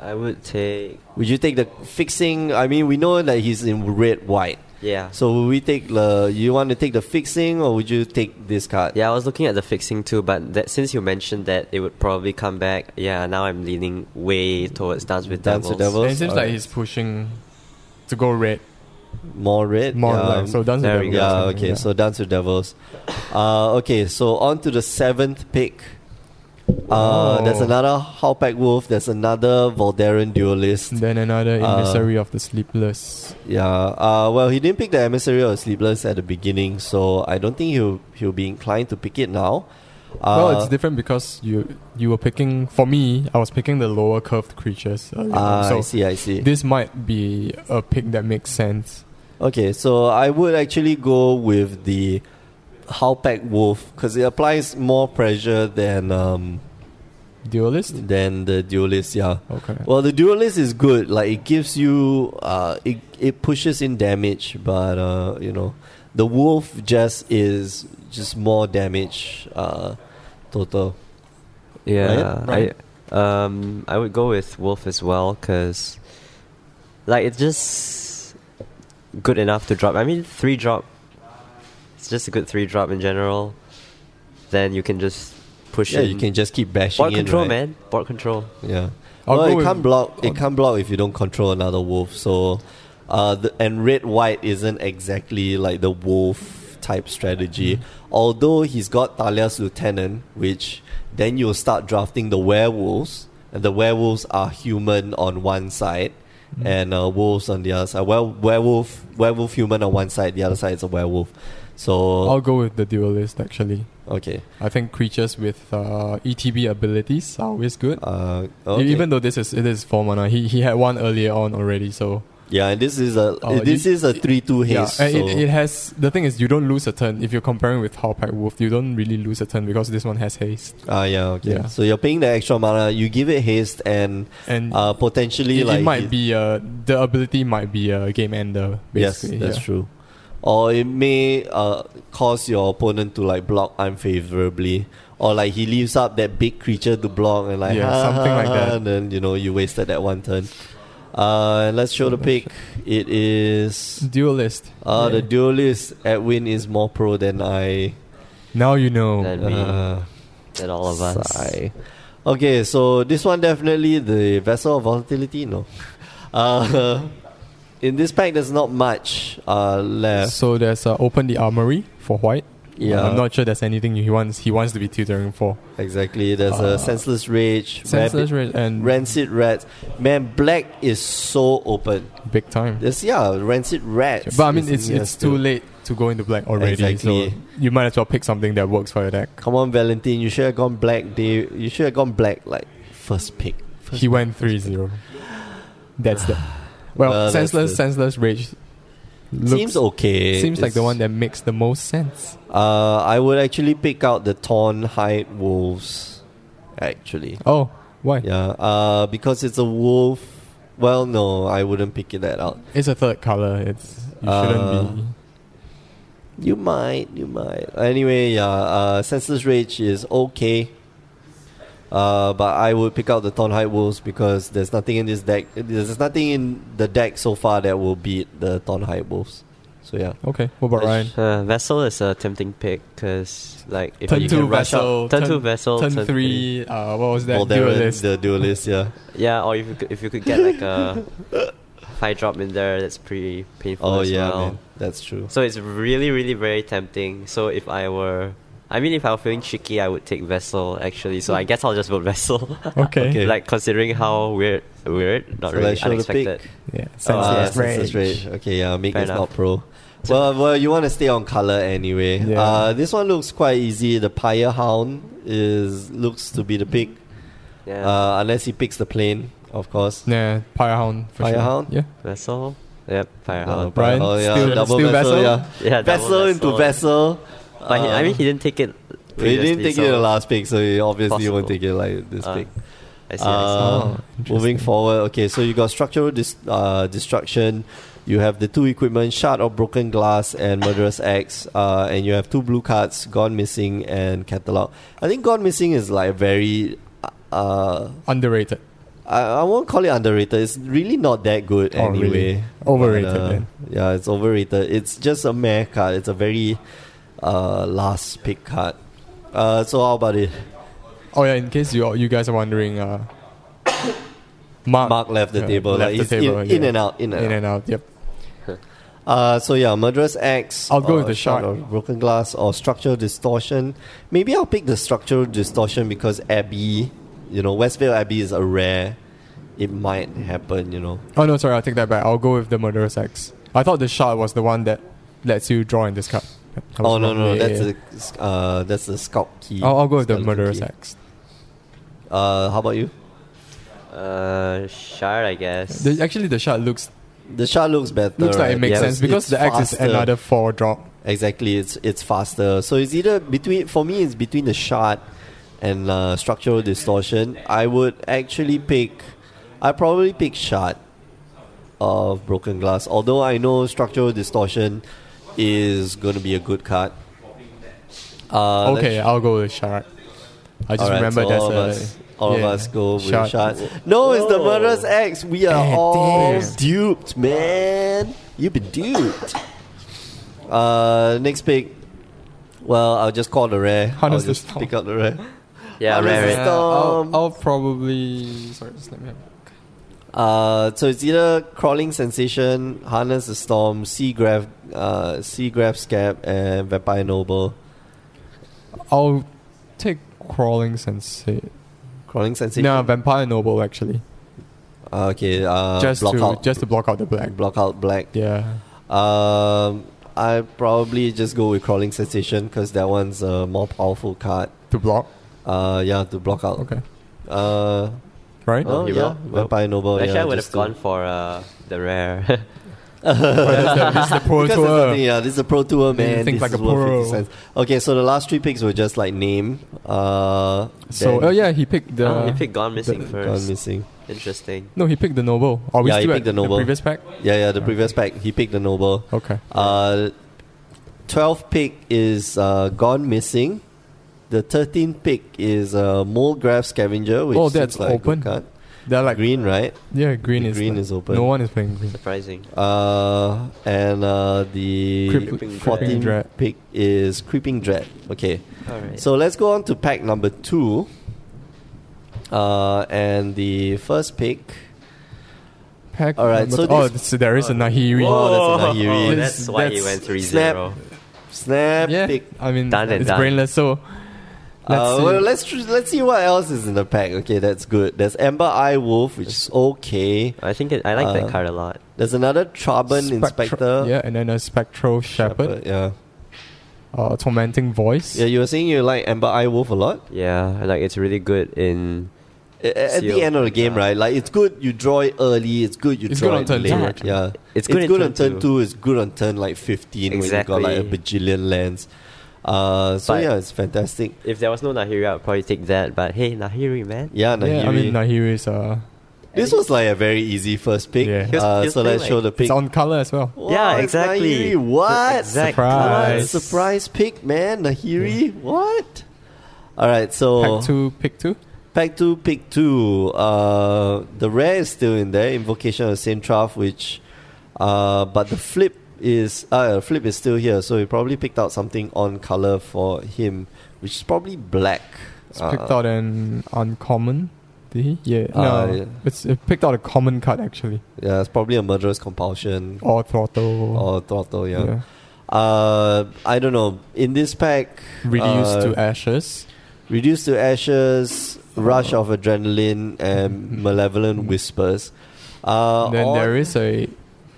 C: I would take.
A: Would you take the fixing? I mean, we know that he's in red white.
C: Yeah.
A: So will we take the? You want to take the fixing or would you take this card?
C: Yeah, I was looking at the fixing too, but that, since you mentioned that it would probably come back, yeah, now I'm leaning way towards Dance with
A: Dance
C: Devils.
A: with
B: And
A: Devils.
B: it seems like
A: Alright.
B: he's pushing to go red
A: more red,
B: more.
A: Yeah,
B: like, so dance with
C: there we
B: devils or
C: go.
A: Yeah,
B: something,
A: okay, so Dance with Devils. Uh, okay, so on to the seventh pick. Uh,
B: Oh.
A: There's another Howpack Wolf, there's another Voldaren Duelist.
B: then another in
A: Uh,
B: Misery of the Sleepless.
A: Yeah, uh, well, he didn't pick the Emissary or Sleepless at the beginning, so I don't think he'll, he'll be inclined to pick it now. Uh,
B: well, it's different because you you were picking for me. I was picking the lower curved creatures. earlier on,
A: ah,
B: so
A: I see, I see.
B: this might be a pick that makes sense.
A: Okay, so I would actually go with the Howpack Wolf because it applies more pressure than um,
B: Duelist?
A: than the duelist. Yeah.
B: Okay.
A: Well, the duelist is good. Like it gives you, uh, it it pushes in damage, but uh, you know, the wolf just is just more damage uh, total.
C: Yeah,
B: Right?
C: I um I would go with Wolf as well because like it's just good enough to drop. I mean, three drop. It's just a good three drop in general. Then you can just push.
A: Yeah,
C: in.
A: you can just keep bashing
C: board
A: in,
C: control,
A: right?
C: man. Board control.
A: Yeah.
B: I'll
A: well,
B: go
A: it
B: with-
A: can't block.
B: I'll-
A: It can't block if you don't control another wolf. So, uh, the, and red white isn't exactly like the wolf type strategy.
B: Mm-hmm.
A: Although he's got Talia's lieutenant, which then you'll start drafting the werewolves, and the werewolves are human on one side.
B: Mm-hmm.
A: And uh, wolves on the other side. Well, werewolf, werewolf human on one side. The other side is a werewolf. So
B: I'll go with the duelist actually.
A: okay,
B: I think creatures with uh, ETB abilities are always good.
A: uh,
B: E-
A: okay.
B: Even though this is it is four mana, he he had one earlier on already. So
A: yeah, and this is a
B: Oh,
A: this
B: you-
A: is a three two haste.
B: yeah, and
A: so.
B: it, it has the thing is you don't lose a turn if you're comparing with Hallpack Wolf. You don't really lose a turn because this one has haste
A: Ah, yeah, okay.
B: Yeah.
A: So you're paying the extra mana, you give it haste, and
B: and
A: uh, potentially
B: it, it
A: like
B: might
A: it-
B: be uh the ability might be a game ender.
A: Yes,
B: Basically.
A: that's
B: yeah.
A: true. Or it may uh, cause your opponent to like block unfavorably, or like he leaves up that big creature to block, and like
B: Yeah,
A: "Ha,
B: something
A: ha,
B: like
A: ha,"
B: that.
A: And then you know you wasted that one turn. Uh, let's show the pick. It is
B: Duelist.
A: uh, the
B: Yeah.
A: duelist. Edwin is more pro than I.
B: now you know.
C: Then- Me.
A: Uh,
C: That all of us.
A: Sigh. Okay, so this one definitely the vessel of volatility. No, uh, in this pack there's not much uh, left.
B: So there's uh, open the armory for white.
A: Yeah,
B: I'm not sure there's anything he wants. He wants to be tutoring for
A: exactly. There's
B: Uh,
A: a senseless rage,
B: senseless
A: rabbit,
B: rage and
A: rancid rats. Man, black is so open.
B: big time.
A: There's yeah, rancid rats.
B: But I mean,
A: is
B: it's
A: near
B: it's
A: still.
B: too late to go into black already.
A: Exactly.
B: So you might as well pick something that works for your deck.
A: Come on, Valentine. You should have gone black. Day. You should have gone black like first pick. First
B: He went 3-0. That's the well,
A: Well, Ah, that's
B: senseless
A: the-
B: senseless rage. Looks,
A: seems okay.
B: seems like the
A: It's-
B: one that makes the most sense.
A: Uh, I would actually pick out the torn hide wolves, actually.
B: Oh, why?
A: Yeah, uh, because it's a wolf. Well, no, I wouldn't pick it that out.
B: It's a third color. It's you
A: Uh,
B: shouldn't be.
A: You might, you might. Anyway, yeah, uh, senseless rage is okay. Uh, but I would pick out the torn hide wolves because there's nothing in this deck. There's nothing in the deck so far that will beat the torn hide wolves. So yeah.
B: Okay, what about Ryan?
C: Uh, vessel is a tempting pick because like if
B: Turn
C: you
B: two
C: can rush
B: vessel,
C: out, turn,
B: turn-
C: two vessel,
B: Turn three. Uh, what was that?
A: Voldaren,
B: Duelist.
A: the duelist. Yeah.
C: Yeah, or if you could, if you could get like a five drop in there, that's pretty painful.
A: Oh
C: as
A: yeah,
C: well.
A: man, that's true.
C: So it's really, really very tempting. So if I were, I mean, if I were feeling cheeky, I would take vessel actually. So I guess I'll just vote vessel.
B: Okay.
A: Okay.
C: like considering how weird, weird, not
A: So
C: really
A: let's show the
C: unexpected.
A: pick.
B: Yeah.
A: Ah,
B: Senseless
A: Senseless
B: rage.
A: Rage. Okay, yeah, make
C: Fair
A: it's
C: enough.
A: not pro. Well, well, you want to stay on color anyway.
B: Yeah.
A: Uh, this one looks quite easy. The Pyre Hound is looks to be the pick,
C: Yeah,
A: uh, unless he picks the plane, of course.
B: Nah, Pyrehound for sure.
A: Pyrehound?
B: Yeah.
C: vessel. Yep,
A: Uh,
C: firehound.
A: Pyre
B: Brian,
A: Hound, yeah,
B: still-
A: double
B: still
A: vessel,
B: vessel?
A: yeah.
C: yeah, double
A: vessel into vessel.
C: But he, I mean, he didn't take it.
A: we Um, didn't
C: previously,
A: take
C: so
A: it in the last pick, so he obviously won't
C: Possible.
A: take it like this
C: Ah,
A: pick.
C: I see. I see.
A: Uh,
B: Oh,
A: moving
B: interesting.
A: forward, okay, so you got structural dis- uh, destruction. You have the two equipment, shard of broken glass and murderous axe, uh, and you have two blue cards, gone missing and catalog. I think gone missing is like very, uh,
B: Underrated.
A: I, I won't call it underrated. It's really not that good
B: Oh,
A: anyway.
B: really? Overrated
A: But, uh,
B: then.
A: Yeah, it's overrated. It's just a meh card. It's a very uh, last pick card. Uh, so how about it?
B: Oh yeah. In case you you guys are wondering, uh, Mark
A: Mark left the
B: yeah,
A: table.
B: left
A: like
B: the
A: he's
B: table,
A: in,
B: yeah.
A: in and out, in and
B: in
A: out.
B: and out. Yep.
A: Uh, so yeah, murderous axe.
B: I'll go
A: or
B: with the
A: shard
B: shard.
A: or broken glass or structural distortion. Maybe I'll pick the structural distortion because Abbey, you know, Westvale Abbey is a rare. It might happen, you know.
B: Oh no, sorry. I'll take that back. I'll go with the murderous axe. I thought the shard was the one that lets you draw in this card. I was
A: Oh no
B: wrong.
A: no,
B: Yeah,
A: that's
B: yeah.
A: the uh, that's the scalp key.
B: I'll, I'll go with the
A: Skeleton
B: murderous
A: key.
B: axe.
A: Uh, how about you?
C: uh, shard, I guess.
B: The, actually, the shard looks
A: The shard looks better.
B: looks like
A: right?
B: it makes
A: Yes,
B: sense because
A: it's
B: the axe is
A: faster.
B: another four drop.
A: Exactly, it's it's faster. So it's either between for me it's between the shard and uh, structural distortion, I would actually pick. I probably pick shard of broken glass. Although I know structural distortion is going to be a good card. Uh, let's
B: okay, I'll go with Sharak. I just
A: Alright,
B: remember
A: so
B: that's
A: all of
B: a,
A: us, all of
B: yeah,
A: us go with
B: Shard.
A: shots. No, it's the murderous X. We are
B: Eh,
A: all
B: damn.
A: duped, man. You've been duped. Uh, next pick. Well, I'll just call the rare.
B: Harness
A: I'll
B: the
A: just
B: storm.
A: pick out the rare.
C: Yeah,
A: I'll
C: rare
A: just-
C: it.
B: Yeah, uh, I'll,
A: Storm.
B: I'll probably sorry, just let me have.
A: Uh, so it's either crawling sensation, harness the storm, sea graph, uh, sea graph scab, and vampire noble.
B: I'll take crawling sensei.
A: Crawling sensation.
B: No, vampire noble actually.
A: Okay. Uh,
B: just
A: block
B: to
A: out,
B: just to block out the black.
A: block out black.
B: Yeah.
A: Um, I probably just go with crawling sensation because that one's a more powerful card.
B: To block.
A: Uh, yeah, to block out.
B: Okay.
A: Uh,
B: Right?
A: oh
C: you
A: yeah,
C: will?
A: vampire noble.
C: Actually,
A: yeah,
C: I would
A: just
C: have
A: to-
C: gone for uh, the rare.
B: Well, this is the, this is the pro
A: Because that's the
B: tour.
A: thing, yeah, this is a pro tour,
B: Then you
A: man.
B: think
A: This
B: like
A: is
B: a
A: worth
B: pro.
A: 50 cents. Okay, so the last three picks were just like name. Uh,
B: So
A: then Ah,
B: oh yeah, he picked the
C: oh, you picked Gone Missing
B: the-
A: gone
C: first.
A: missing.
C: Interesting.
B: No, he picked the noble. Are we
A: Yeah, he
B: still
A: picked
B: at
A: the noble.
B: previous pack?
A: Yeah, yeah. The previous pack, he picked the noble.
B: Okay.
A: Uh, 12th pick is uh, Gone Missing. The 13th pick is uh, Mole Graph Scavenger, which
B: Oh,
A: seems
B: that's
A: like a good
B: open.
A: card.
B: They're like
A: Green, right?
B: Yeah, green
A: The
B: is
A: green
B: like-
A: is open.
B: No one is playing green.
C: Surprising.
A: Uh, and uh, the
B: Creeping
A: 14th
B: Dread.
A: pick is Creeping Dread. Okay,
C: All right.
A: so let's go on to pack number two. Uh, and the first pick.
B: Pack
A: All right,
B: number-
A: so
B: oh,
A: this-
B: so there is a Nahiri.
A: Whoa. that's a Nahiri.
C: Oh, that's
B: This-
C: why you
B: that's-
C: went 3
A: Snap.
C: 0.
A: Snap
B: Yeah,
A: pick.
B: I mean
C: Done and
B: it's
C: done.
B: brainless. So let's
A: uh,
B: see.
A: Well, let's tr- let's see what else is in the pack. Okay, that's good. There's Amber Eye Wolf, which is okay.
C: I think it, I like
A: Uh,
C: that card a lot.
A: There's another Traban
B: Spectro-
A: Inspector.
B: Yeah, and then a spectral shepherd,
A: yeah.
B: uh, tormenting voice.
A: Yeah, you were saying you like Amber Eye Wolf a lot.
C: Yeah, like it's really good in.
A: A- a- At the
C: Seal.
A: end of the game,
C: Yeah.
A: right? Like it's good. You draw it early. It's good. You
B: It's
A: draw
B: good on
A: it
B: turn
A: late.
B: two, actually.
A: Yeah,
C: It's good in
A: on
C: turn
A: turn two.
C: two.
A: It's good on turn like fifteen when you got like a
C: Exactly.
A: bajillion lands. Uh, so
C: But-
A: yeah, it's fantastic.
C: If there was no Nahiri, I would probably take that. But hey, Nahiri, man.
A: Yeah,
B: Yeah,
A: Nahiri.
B: I mean Nahiri is uh,
A: this was like a very easy first pick.
B: Yeah. He
C: was-
A: Uh,
C: he was
A: so let's
C: playing,
A: show
C: like-
A: the pick.
B: it's on color as well.
A: Wow,
C: Yeah,
A: it's
C: exactly.
A: Nahiri. What?
C: Exact-
A: What?
B: Surprise.
A: Surprise pick, man. Nahiri. What? All right, so
B: Pack two, pick two.
A: Pack two, pick two. Uh, the rare is still in there. Invocation of Saint Trough, which, uh, but the flip is uh, flip is still here. So he probably picked out something on color for him, which is probably black.
B: It's
A: Uh,
B: picked out an uncommon. Did he? Yeah. No.
A: Uh, yeah.
B: It's it picked out a common card actually.
A: Yeah, it's probably a murderous compulsion
B: Or throttle.
A: or throttle. Oh, Yeah. Uh, I don't know. In this pack,
B: Reduced
A: uh,
B: to ashes.
A: Reduced to ashes, rush of adrenaline, and
B: Mhm.
A: malevolent whispers. Uh,
B: then
A: on-
B: there is a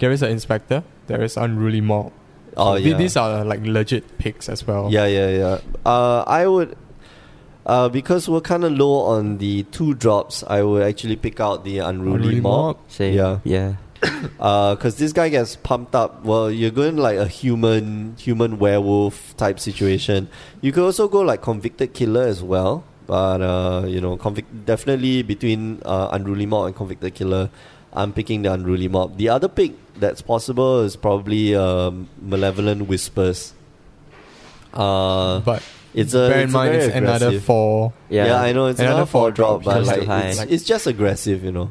B: there is an inspector. There is unruly mob.
A: Oh,
B: So the-
A: yeah.
B: These are like legit picks as well.
A: Yeah, yeah, yeah. Uh, I would, uh, because we're kind of low on the two drops, I would actually pick out the unruly,
B: Unruly
A: mob.
B: mob.
C: Same.
A: Yeah.
C: Yeah. Yeah.
A: Because Uh, this guy gets pumped up. Well, you're going like a human, human werewolf type situation. You could also go like convicted killer as well. But uh, you know, convict definitely between uh, unruly mob and convicted killer, I'm picking the unruly mob. The other pick that's possible is probably um, malevolent whispers. Uh,
B: But
A: it's a
B: bear
A: it's
B: in
A: a
B: mind
A: very
B: it's another
A: aggressive-
B: four.
A: Yeah, I know it's
B: Another
A: another four
B: four
A: drop,
B: drop,
A: but
C: just
A: like
C: too high.
A: it's, it's just aggressive, you know.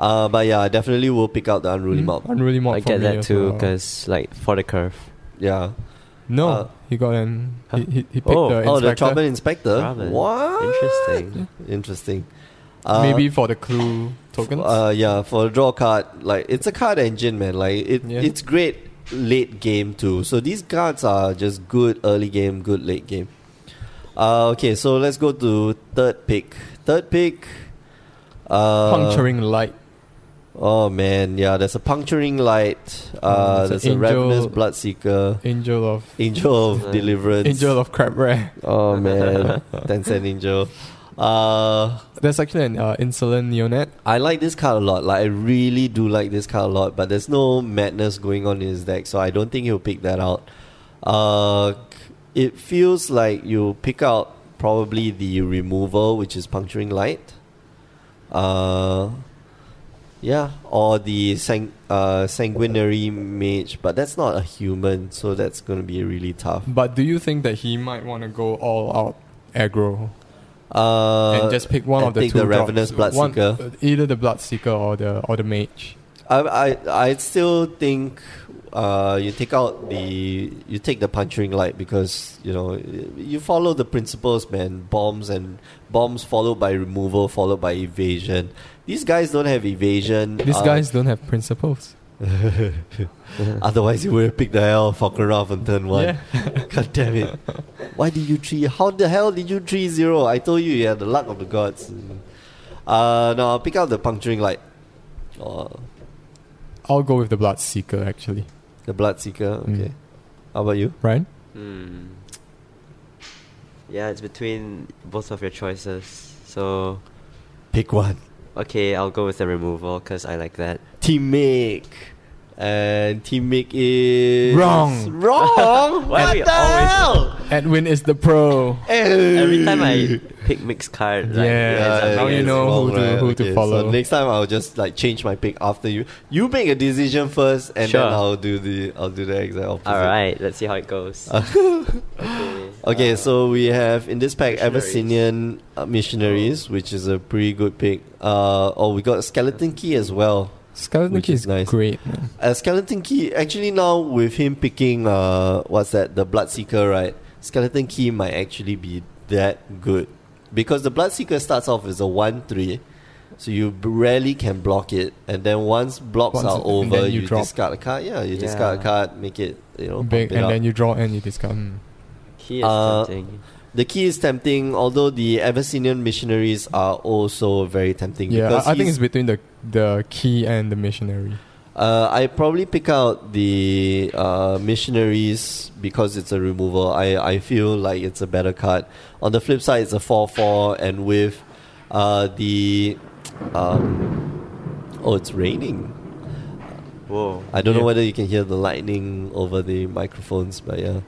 A: Uh, but yeah, I definitely will pick out the unruly mob.
B: Hmm? Unruly mob.
C: I
B: for
C: get
B: me
C: that
B: as
C: too,
B: well.
C: because like for the curve.
A: Yeah.
B: No,
A: Uh,
B: he got an. He, he, he picked
C: Oh,
B: the
A: oh, the
B: inspector.
A: Troutman inspector.
C: Troutman.
A: What?
C: Interesting.
A: Interesting. Uh,
B: Maybe for the clue tokens.
A: Uh, yeah, for a draw card, like it's a card engine, man. Like it,
B: Yeah.
A: it's great late game too. So these cards are just good early game, good late game. Uh, okay, so let's go to third pick. Third pick. Uh,
B: Puncturing light.
A: Oh man, yeah. There's a puncturing light. Uh,
B: Mm,
A: there's
B: it's
A: a
B: an angel-
A: ravenous bloodseeker,
B: Angel of.
A: angel of
C: Uh,
A: deliverance.
B: Angel of crab rare.
A: Oh man, ten cent angel. Uh,
B: There's actually an uh, insolent neonet.
A: I like this card a lot. Like I really do like this card a lot. But there's no madness going on in his deck, so I don't think he'll pick that out. Uh, it feels like you pick out probably the removal, which is puncturing light. Uh, yeah, or the sang- uh, sanguinary mage, but that's not a human, so that's going to be really tough.
B: But do you think that he might want to go all out aggro
A: Uh,
B: and just pick one
A: and
B: of the
A: take
B: two
A: the
B: drops?
A: Ravenous
B: One- uh,
A: Bloodseeker.
B: either the Bloodseeker or the or the Mage.
A: I, I I still think uh, you take out the you take the puncturing light because you know you follow the principles, man. Bombs and bombs followed by removal, followed by evasion. These guys don't have evasion.
B: These
A: uh,
B: guys don't have principles.
A: Otherwise, you would have picked the hell fucker off on turn one.
B: Yeah.
A: God damn it! Why did you three? How the hell did you three zero? I told you you had the luck of the gods. Uh, no, I'll pick out the puncturing light. Uh, Or
B: I'll go with the Bloodseeker actually.
A: the Bloodseeker.
B: Mm.
A: Okay. How about you?
B: Right?
C: Hmm. Yeah, it's between both of your choices. So,
A: Pick one.
C: okay, I'll go with the removal because I like that.
A: Team Mick. And Team Mick is
B: Wrong.
A: Wrong.
C: Why
A: what
C: are we
A: the
C: always-
A: hell?
B: Edwin is the pro.
C: Every time I pick mixed card, like,
B: Yeah,
C: it ends up
B: now
C: being
B: you
C: a
B: know
C: removal.
B: who to- who to follow.
A: So next time I'll just like change my pick after you. You make a decision first, and
C: Sure.
A: then I'll do the I'll do the exact opposite.
C: All right, let's see how it goes. okay.
A: Okay,
C: uh,
A: so we have in this pack
C: missionaries.
A: Abyssinian uh, missionaries, which is a pretty good pick. Uh, oh, we got skeleton key as well.
B: Skeleton
A: Which
B: Key
A: is
B: is
A: nice.
B: great. man.
A: Uh, Skeleton Key, actually now with him picking, uh, what's that, the Bloodseeker, right? Skeleton Key might actually be that good. Because the Bloodseeker starts off as a 1-3, so you b- rarely can block it. And then once blocks
B: Once
A: are
B: it- and
A: over,
B: then you
A: you,
B: drop.
A: discard a card. Yeah, you discard a
C: Yeah.
A: card, make it, you know,
B: Big,
A: pump it
B: and
A: up.
B: then you draw and you discard. Hmm.
C: he is
A: uh,
C: tempting.
A: the key is tempting, although the Abyssinian missionaries are also very tempting.
B: Yeah,
A: because
B: I, I think
A: he's-
B: it's between the the key and the missionary.
A: Uh, I probably pick out the uh, missionaries because it's a removal. I, I feel like it's a better card. On the flip side, it's a 4 4, and with uh, the. Um, oh, it's raining.
C: Whoa.
A: I don't know
B: Yeah.
A: whether you can hear the lightning over the microphones, but yeah.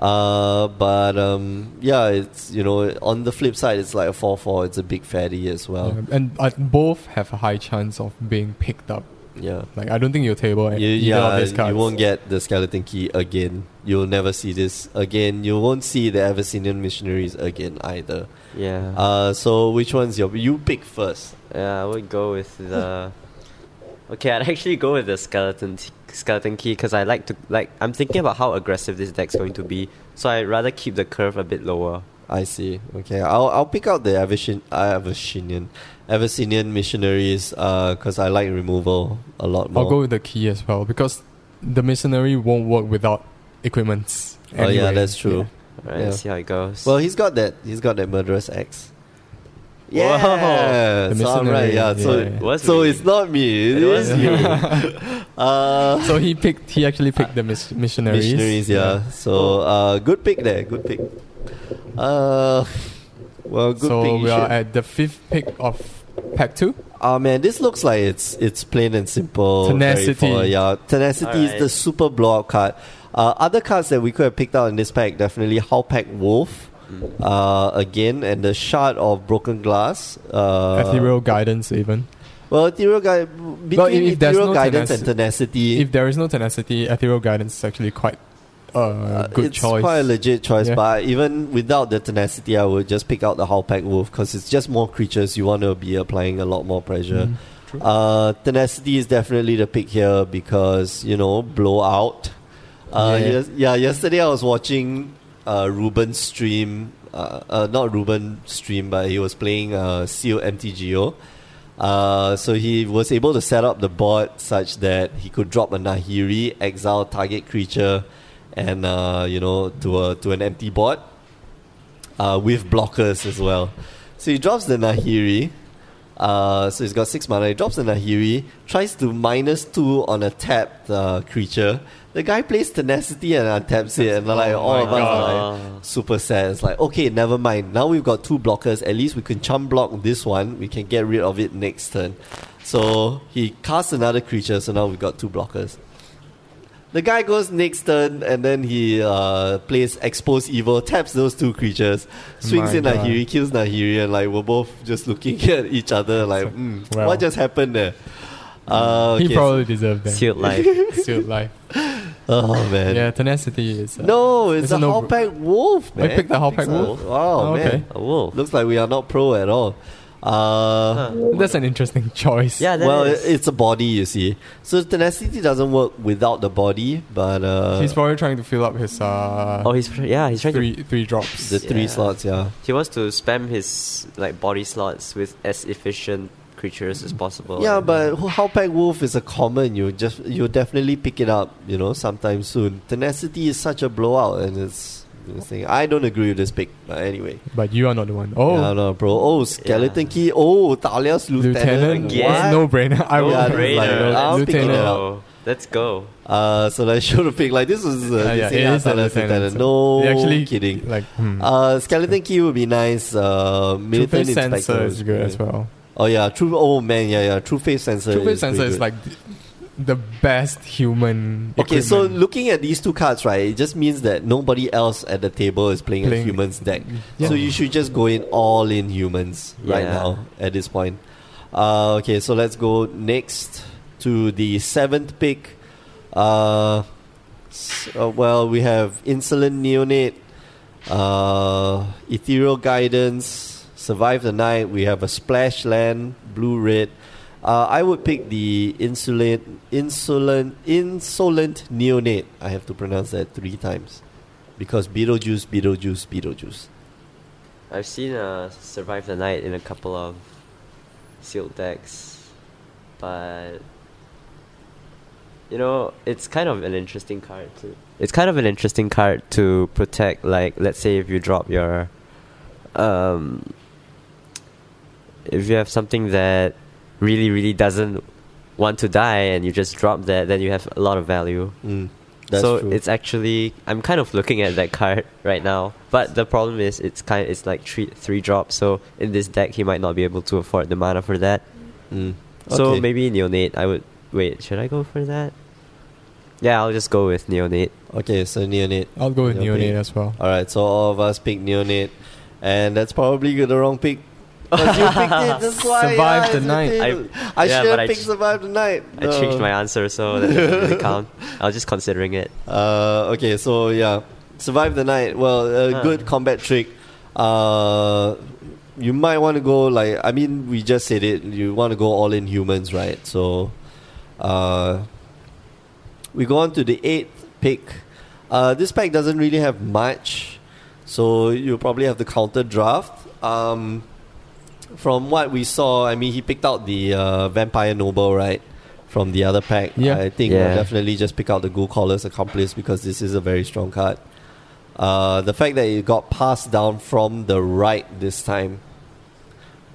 A: Uh, but um, yeah, it's you know on the flip side, it's like a four four. It's a big fatty as well.
B: Yeah, and uh, both have a high chance of being picked up.
A: Yeah,
B: Like I don't think you'll table
A: You,
B: either
A: yeah,
B: of these cards.
A: you won't get the skeleton key again. You'll never see this again. You won't see the Abyssinian missionaries again either.
C: Yeah.
A: Uh, so which one's your you pick first?
C: Yeah, I would go with the. Okay, I'd actually go with the skeleton t- skeleton key because I like to like. I'm thinking about how aggressive this deck's going to be, so I'd rather keep the curve a bit lower.
A: I see. Okay, I'll I'll pick out the Avicin, Avicinian, Avicinian missionaries. Uh, because I like removal a lot more.
B: I'll go with the key as well because the missionary won't work without equipments.
A: Oh yeah,
B: anyway.
A: that's true.
C: Alright,
A: Yeah.
C: let's see how it goes.
A: Well, he's got that. He's got that murderous axe.
C: Whoa.
A: Yeah,
B: The
A: so I'm
B: mercenary,
A: right. Yeah, so
B: yeah. It
C: was
A: so
C: me.
A: it's not me. It
C: It was
A: is you. uh,
B: So he picked. He actually picked the mis- missionaries.
A: missionaries. Yeah. So uh, good pick there. Good pick. Uh, well, good
B: so
A: pick. you
B: we are
A: should-
B: at the fifth pick of pack two.
A: Oh man, this looks like it's it's plain and simple. very
B: Tenacity.
A: forward, yeah, tenacity is
C: Alright.
A: the super blowout card. Uh, other cards that we could have picked out in this pack definitely How Pack Wolf, uh, again, and the Shard of Broken Glass. Uh,
B: Ethereal guidance even.
A: Well, ethereal guy between
B: if there's
A: ethereal
B: no
A: guidance
B: tenaci-
A: and tenacity.
B: If there is no tenacity, ethereal guidance is actually quite a
A: uh,
B: good
A: it's
B: choice.
A: quite a legit choice,
B: Yeah.
A: but even without the tenacity, I would just pick out the How Pack Wolf because it's just more creatures. You want to be applying a lot more pressure.
B: Mm.
A: Uh, tenacity is definitely the pick here because you know blowout. Uh, yeah.
B: Yeah.
A: Yes, yeah. Yesterday I was watching uh, Ruben stream. Uh, uh, not Ruben stream, but he was playing uh, Seal MTGO. Uh, so he was able to set up the board such that he could drop a Nahiri, exile target creature, and uh, you know to a, to an empty board uh, with blockers as well. So he drops the Nahiri. Uh, so he's got six mana. He drops the Nahiri, tries to minus two on a tapped uh, creature. The guy plays Tenacity and untaps it, and like all
B: my
A: of us are
C: God.
A: like super sad. It's like okay, never mind. Now we've got two blockers. At least we can chum block this one. We can get rid of it next turn. So he casts another creature. So now we've got two blockers. The guy goes next turn and then he uh, plays Expose Evil, taps those two creatures, swings
B: My
A: in
B: God.
A: Nahiri, kills Nahiri, and like we're both just looking at each other like,
B: So-
A: "Hmm,
B: well.
A: what just happened there? Uh,
B: He
A: okay,
B: probably deserved that.
C: Sealed life.
B: Sealed life.
A: oh man.
B: Yeah, tenacity is. uh,
A: No, it's,
B: It's
A: a,
B: a
A: a
B: no-
A: Halpack Wolf,
B: I
A: man.
B: picked the Halpack
A: Pixar.
B: Wolf.
A: Wow,
B: Oh,
A: man.
B: okay.
C: A wolf.
A: Looks like we are not pro at all. Uh,
B: That's an interesting choice.
C: Yeah, that
A: well,
C: is-
A: it- it's a body, you see. So tenacity doesn't work without the body, but uh,
B: he's probably trying to fill up his uh
C: oh, he's yeah, he's trying to.
B: three three drops.
A: the three
C: yeah.
A: slots, yeah.
C: He wants to spam his like body slots with as efficient creatures as possible.
A: yeah,
B: Oh,
C: and-
A: but who- Halpack Wolf is a common. You just you'll definitely pick it up, you know, sometime soon. Tenacity is such a blowout, and it's. this thing. I don't agree with this pick, but anyway.
B: But you are not the one. Oh,
A: Yeah, no, bro. Oh, skeleton key. Oh, Talia's lieutenant.
B: lieutenant,
C: again?
A: What?
B: no brainer. I will
A: Yeah,
B: like,
A: brainer. I'll pick it
B: lieutenant.
A: up.
C: Oh, let's go.
A: Uh, so I should have picked like this was uh,
B: Uh,
A: this
B: yeah,
A: thing,
B: it is a
A: Atala's
B: lieutenant.
A: lieutenant.
B: so
A: No,
B: they actually
A: kidding.
B: Like hmm.
A: Uh, skeleton key would be nice. Uh,
B: True
A: militant
B: face
A: inspector
B: sensor
A: would
B: is
A: be
B: good as well.
A: Oh yeah, true. Oh man, yeah, yeah. True face sensor.
B: True
A: is
B: face
A: pretty
B: sensor is
A: good.
B: like th- the best human.
A: Okay, so
B: equipment.
A: looking at these two cards, right, it just means that nobody else at the table is playing,
B: Playing-
A: a humans deck.
B: Yeah.
A: So you should just go in all in humans right
C: Yeah.
A: now at this point. Uh, okay, so let's go next to the seventh pick. Uh, s- uh, well, we have Insolent Neonate, uh, Ethereal Guidance, Survive the Night. We have a Splash Land, Blue Red. Uh, I would pick the insolent, insolent, insolent neonate. I have to pronounce that three times because Beetlejuice, Beetlejuice, Beetlejuice.
C: I've seen uh survive the night in a couple of sealed decks, but you know it's kind of an interesting card too. It's kind of an interesting card to protect. Like let's say if you drop your, um, if you have something that really really doesn't want to die and you just drop that, then you have a lot of value
A: Mm, that's
C: so
A: true.
C: it's actually I'm kind of looking at that card right now, but the problem is it's kind it's like three three drops. So in this deck, he might not be able to afford the mana for that.
A: Mm.
C: So
A: Okay.
C: maybe neonate. I would wait. Should I go for that? Yeah, I'll just go with neonate.
A: okay. So neonate.
C: Oh.
B: I'll go with
A: Okay.
B: neonate as well.
A: All right. So all of us pick neonate, and that's probably the wrong pick. 'Cause you picked it, that's why,
B: Survive
A: yeah,
B: the
A: it's
B: night.
A: potato. I,
C: yeah,
A: should
C: but I
A: have picked
C: ch-
A: survive the night.
C: I changed
A: No.
C: my answer, so that doesn't really count. I was just considering it.
A: Uh, okay, so yeah, survive the night. Well, a
C: Huh.
A: good combat trick. Uh, you might want to go like I mean, we just said it. You want to go all in humans, right? So, uh, we go on to the eighth pick. Uh, this pack doesn't really have much, so you probably have to counter draft. Um, from what we saw, I mean, he picked out the uh, vampire noble, right? From the other pack,
B: Yeah.
A: I think
C: Yeah.
A: we'll definitely just pick out the Ghoul Caller's Accomplice because this is a very strong card. Uh, the fact that it got passed down from the right this time,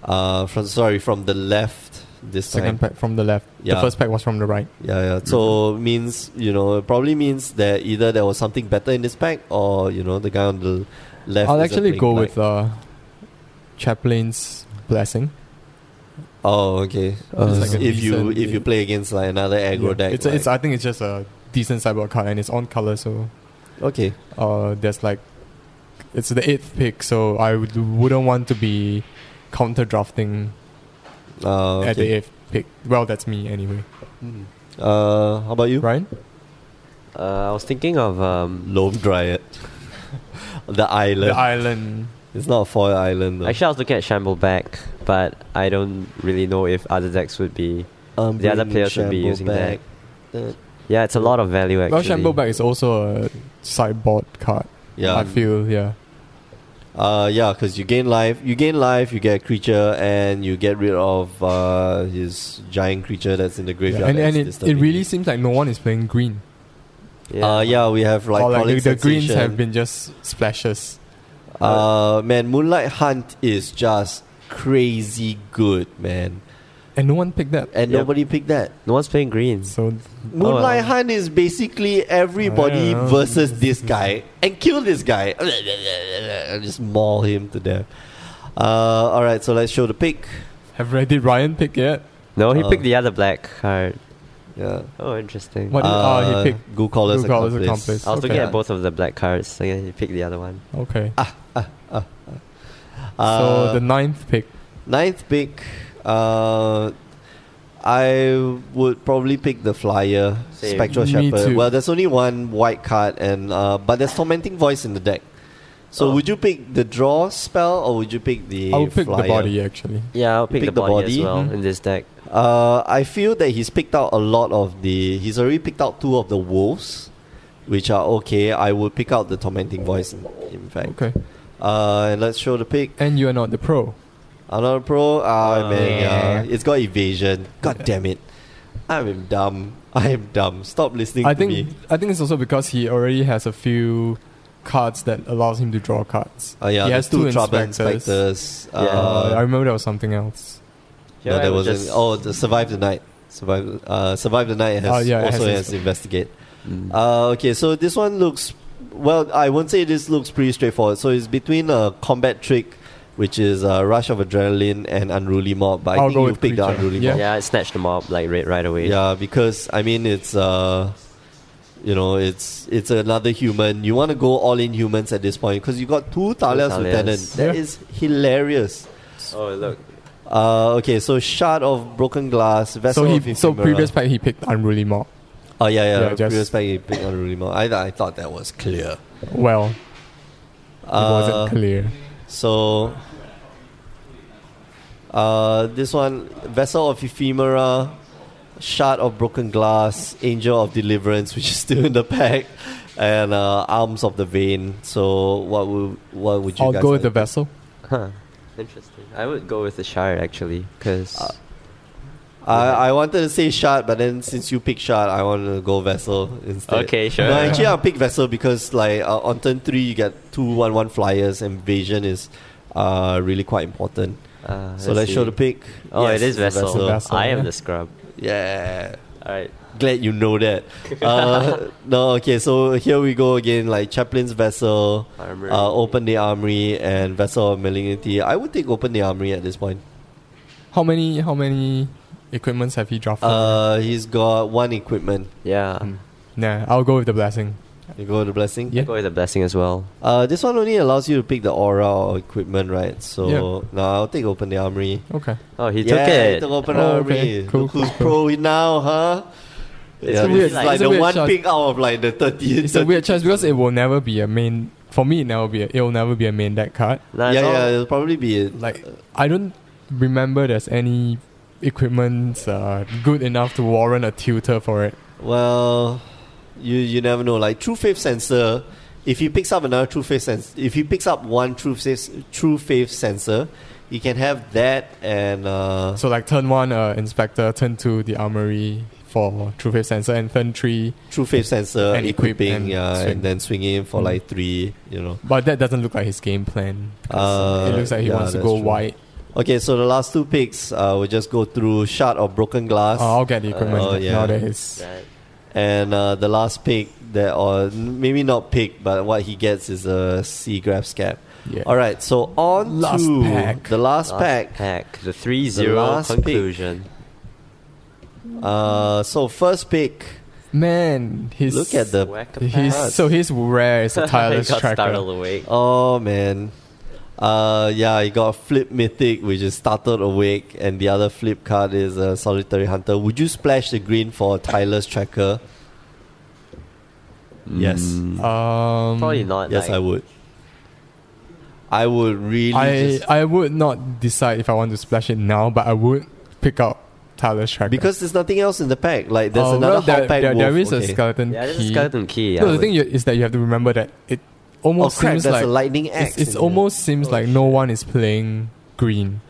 A: uh, from sorry, from the left this time.
B: Second pack from the left. The
A: Yeah.
B: first pack was from the right.
A: Yeah, yeah. So means you know it probably means that either there was something better in this pack or you know the guy on the left.
B: I'll
A: is a
B: actually
A: blink
B: go
A: light.
B: with uh, Chaplain's blessing.
A: Oh, okay.
B: Uh,
A: Just
B: It's like a
A: if you
B: decent-
A: if you play against like another aggro
B: Yeah.
A: deck,
B: It's,
A: like,
B: a, it's I think it's just a decent cyborg card and it's on color, so
A: okay.
B: uh, there's like it's the eighth pick, so I would, wouldn't want to be counter drafting
A: Uh,
B: at the
A: okay.
B: eighth pick. Well, that's me anyway.
D: Hmm.
A: Uh, how about you?
B: Ryan,
C: Uh, I was thinking of um.
A: Loam Dryad. the island.
B: the island.
A: it's not a foil island though.
C: Actually, I was looking at Shamble back, but I don't really know if other decks would be.
A: Um,
C: the other
A: bringing
C: player should be
A: Shambo
C: using
A: back.
C: that.
A: Uh,
C: Yeah, it's a lot of value actually.
B: Well, Shambleback is also a sideboard card. I
A: yeah.
B: feel yeah.
A: Uh, yeah, because you gain life. You gain life, you get a creature, and you get rid of uh, his giant creature that's in the graveyard.
B: and and
A: that's
B: it, it
A: disturbing
B: really
A: you.
B: seems like no one is playing green.
A: Uh, yeah, we have like,
B: or Oh, like the,
A: Calling
B: the greens
A: Sensation.
B: have been just splashes.
A: Uh, man, Moonlight Hunt is just crazy good, man.
B: And no one picked that.
A: And
C: Yep.
A: nobody picked that.
C: No one's playing greens.
B: So
A: Moonlight
B: Oh.
C: wow.
A: Hunt is basically
B: I
A: everybody
B: don't know.
A: versus this guy and kill this guy. And just maul him to death. Uh, all right, so let's show the pick.
B: have ready Ryan pick yet?
C: No, he
A: Uh,
C: picked the other black card.
A: Yeah. Uh,
C: Oh, interesting.
B: What- did- oh, he picked
A: Goo Caller's
B: Goo Caller's
C: I was
B: Okay.
C: looking at both of the black cards. I guess you picked the other one.
B: Okay.
A: Ah, Uh,
B: so the ninth pick.
A: ninth pick, uh, I would probably pick the flyer
C: Same.
A: Spectral
B: Me
A: Shepherd.
B: too.
A: Well, there's only one white card, and uh, but there's tormenting voice in the deck. So
C: Oh.
A: would you pick the draw spell or would you pick the?
B: I would pick
A: flyer?
B: the body actually.
C: Yeah, I'll
A: You
C: pick, the,
A: picked the
C: body, as
A: body?
C: well
B: Mhm.
C: in this deck.
A: Uh, I feel that he's picked out a lot of the. He's already picked out two of the wolves, which are okay. I would pick out the tormenting voice. In, in fact,
B: Okay.
A: uh, and let's show the pick.
B: And you are not the pro.
A: Another pro, ah
C: Uh,
A: man, yeah.
B: yeah.
A: it's got evasion. God damn it, I'm dumb. I'm dumb. Stop listening
B: I
A: to
B: think
A: me.
B: I think it's also because he already has a few cards that allows him to draw cards.
A: Oh yeah,
B: he
A: there's
B: has
A: two
B: two
A: trouble
B: inspectors.
A: inspectors.
C: Yeah.
B: Uh, I
A: Uh,
B: remember there was something else.
A: no,
C: I
A: there
C: would
A: wasn't.
C: just-
A: Oh, the survive the night. Survive. Uh, survive the night has
B: Oh, yeah, it
A: also
B: has
A: has
B: ins-
A: investigate.
D: Hmm.
C: Mm.
A: Uh, okay, so this one looks well. I won't say this looks pretty straightforward. So it's between a combat trick, which is a rush of adrenaline, and unruly mob. But I
B: I'll
A: think
B: go
A: you
B: with
A: picked the
B: creature.
A: unruly
B: Yeah.
A: mob.
C: yeah, I snatched them up like right, right away.
A: Yeah, because I mean it's uh, you know it's it's another human. You want to go all in humans at this point because you got two Talia's
C: Talias.
A: lieutenant. That
B: Yeah.
A: is hilarious.
C: Oh look,
A: Uh, okay, so shard of broken glass. Vessel
B: so
A: of
B: he
A: Ephemera.
B: so previous pack he picked unruly mob.
A: Oh yeah, yeah.
B: Yeah, just-
A: previous pack you picked on Rulimo. I I thought that was clear.
B: Well, it
A: Uh,
B: wasn't clear.
A: So, uh, this one Vessel of Ephemera, Shard of Broken Glass, Angel of Deliverance, which is still in the pack, and uh, Arms of the Vein. So, what would what would you
B: I'll
A: guys
B: go with the
A: like?
B: vessel.
C: huh? Interesting. I would go with the shard actually, because
A: Uh, I, I wanted to say Shard, but then since you pick Shard, I want to go Vessel instead.
C: okay, sure.
A: No, actually, I'll pick Vessel because like uh, on turn three you get two one one flyers, and Vision is uh, really quite important.
C: Uh,
A: So let's
C: see.
A: show the pick.
C: Oh,
A: Yes,
C: it is
A: it's a
C: vessel.
B: Vessel,
C: I am
B: yeah.
C: the scrub.
A: Yeah.
C: All right.
A: Glad you know that. Uh, no, okay, so here we go again. Like Chaplain's Vessel,
C: Armor.
A: uh, Open the Armory, and Vessel of Malignity. I would take Open the Armory at this point.
B: How many how many equipments have he drafted?
A: Uh, he's got one equipment.
C: Yeah.
B: Hmm. nah, I'll go with the blessing.
A: You go to the Blessing?
B: Yeah.
C: Go with the blessing as well.
A: Uh, this one only allows you to pick the aura or equipment, right? So,
B: Yeah.
A: no, I'll take Open the Armory.
B: Okay.
C: Oh, he
A: yeah,
C: took
A: He
C: it.
A: took Open
B: Oh,
A: Armory.
B: okay.
A: Look
B: Cool,
A: who's
B: cool,
A: pro now, huh?
C: It's
A: yeah,
C: a
A: this
C: weird-
A: is like
B: it's a
A: the
B: weird
A: one
B: shot.
A: pick out of like the 30.
B: It's a weird choice because it will never be a main for me it never be a, it will never be a main deck card.
C: Nah, it's
A: yeah,
C: all-
A: yeah, it'll probably be it.
B: Like I don't remember there's any equipment uh, good enough to warrant a tutor for it.
A: Well, you you never know. Like True Faith Sensor, if he picks up another True Faith Sensor, if he picks up one True Faith True Faith Sensor, you can have that and uh,
B: So like turn one uh, inspector, turn two the armory for true face sensor, and turn three.
A: True Faith Sensor
B: And equip
A: equipping,
B: and
A: yeah,
B: swing.
A: and then swing in for
B: Mm.
A: like three. You know.
B: But that doesn't look like his game plan.
A: Uh,
B: it looks like he
A: yeah,
B: wants to
A: that's
B: go
A: true.
B: white.
A: Okay, so the last two picks, uh, we'll just go through Shard of Broken Glass,
B: Oh, I'll get the equipment
A: Oh, yeah.
B: now that his
C: Right.
A: and uh, the last pick that, or maybe not pick, but what he gets is a Sea Grab Scab.
B: yeah.
A: All right, so on
B: Last
A: to
B: pack.
A: the last,
C: Last
A: pack.
C: pack. The three zero
A: last pick.
C: conclusion.
A: Uh, so first pick.
B: Man, he's
A: Look at the.
C: Whack a pack.
B: He's, so his rare is a tireless
C: got
B: tracker.
C: startled awake.
A: Oh man. Uh, yeah, you got flip mythic, which is startled awake, and the other flip card is a solitary hunter. Would you splash the green for Tyler's tracker?
B: Mm.
A: Yes,
B: Um,
C: Probably not.
A: yes, I
C: like-
A: would. I would really.
B: I
A: just,
B: I would not decide if I want to splash it now, but I would pick up Tyler's tracker
A: because there's nothing else in the pack. Like there's
B: Oh,
A: another
B: well, there,
A: hot pack.
B: there- there
A: wolf.
B: is a
A: Okay.
B: skeleton
C: Yeah, this
B: key.
C: is skeleton key. I
B: No, the
C: would-
B: thing you, is that you have to remember that it
A: Oh
B: almost
A: crap!
B: seems
A: There's
B: like
A: a lightning axe.
B: it's, it's
A: in there.
B: almost seems
C: Oh,
B: like no one is playing green.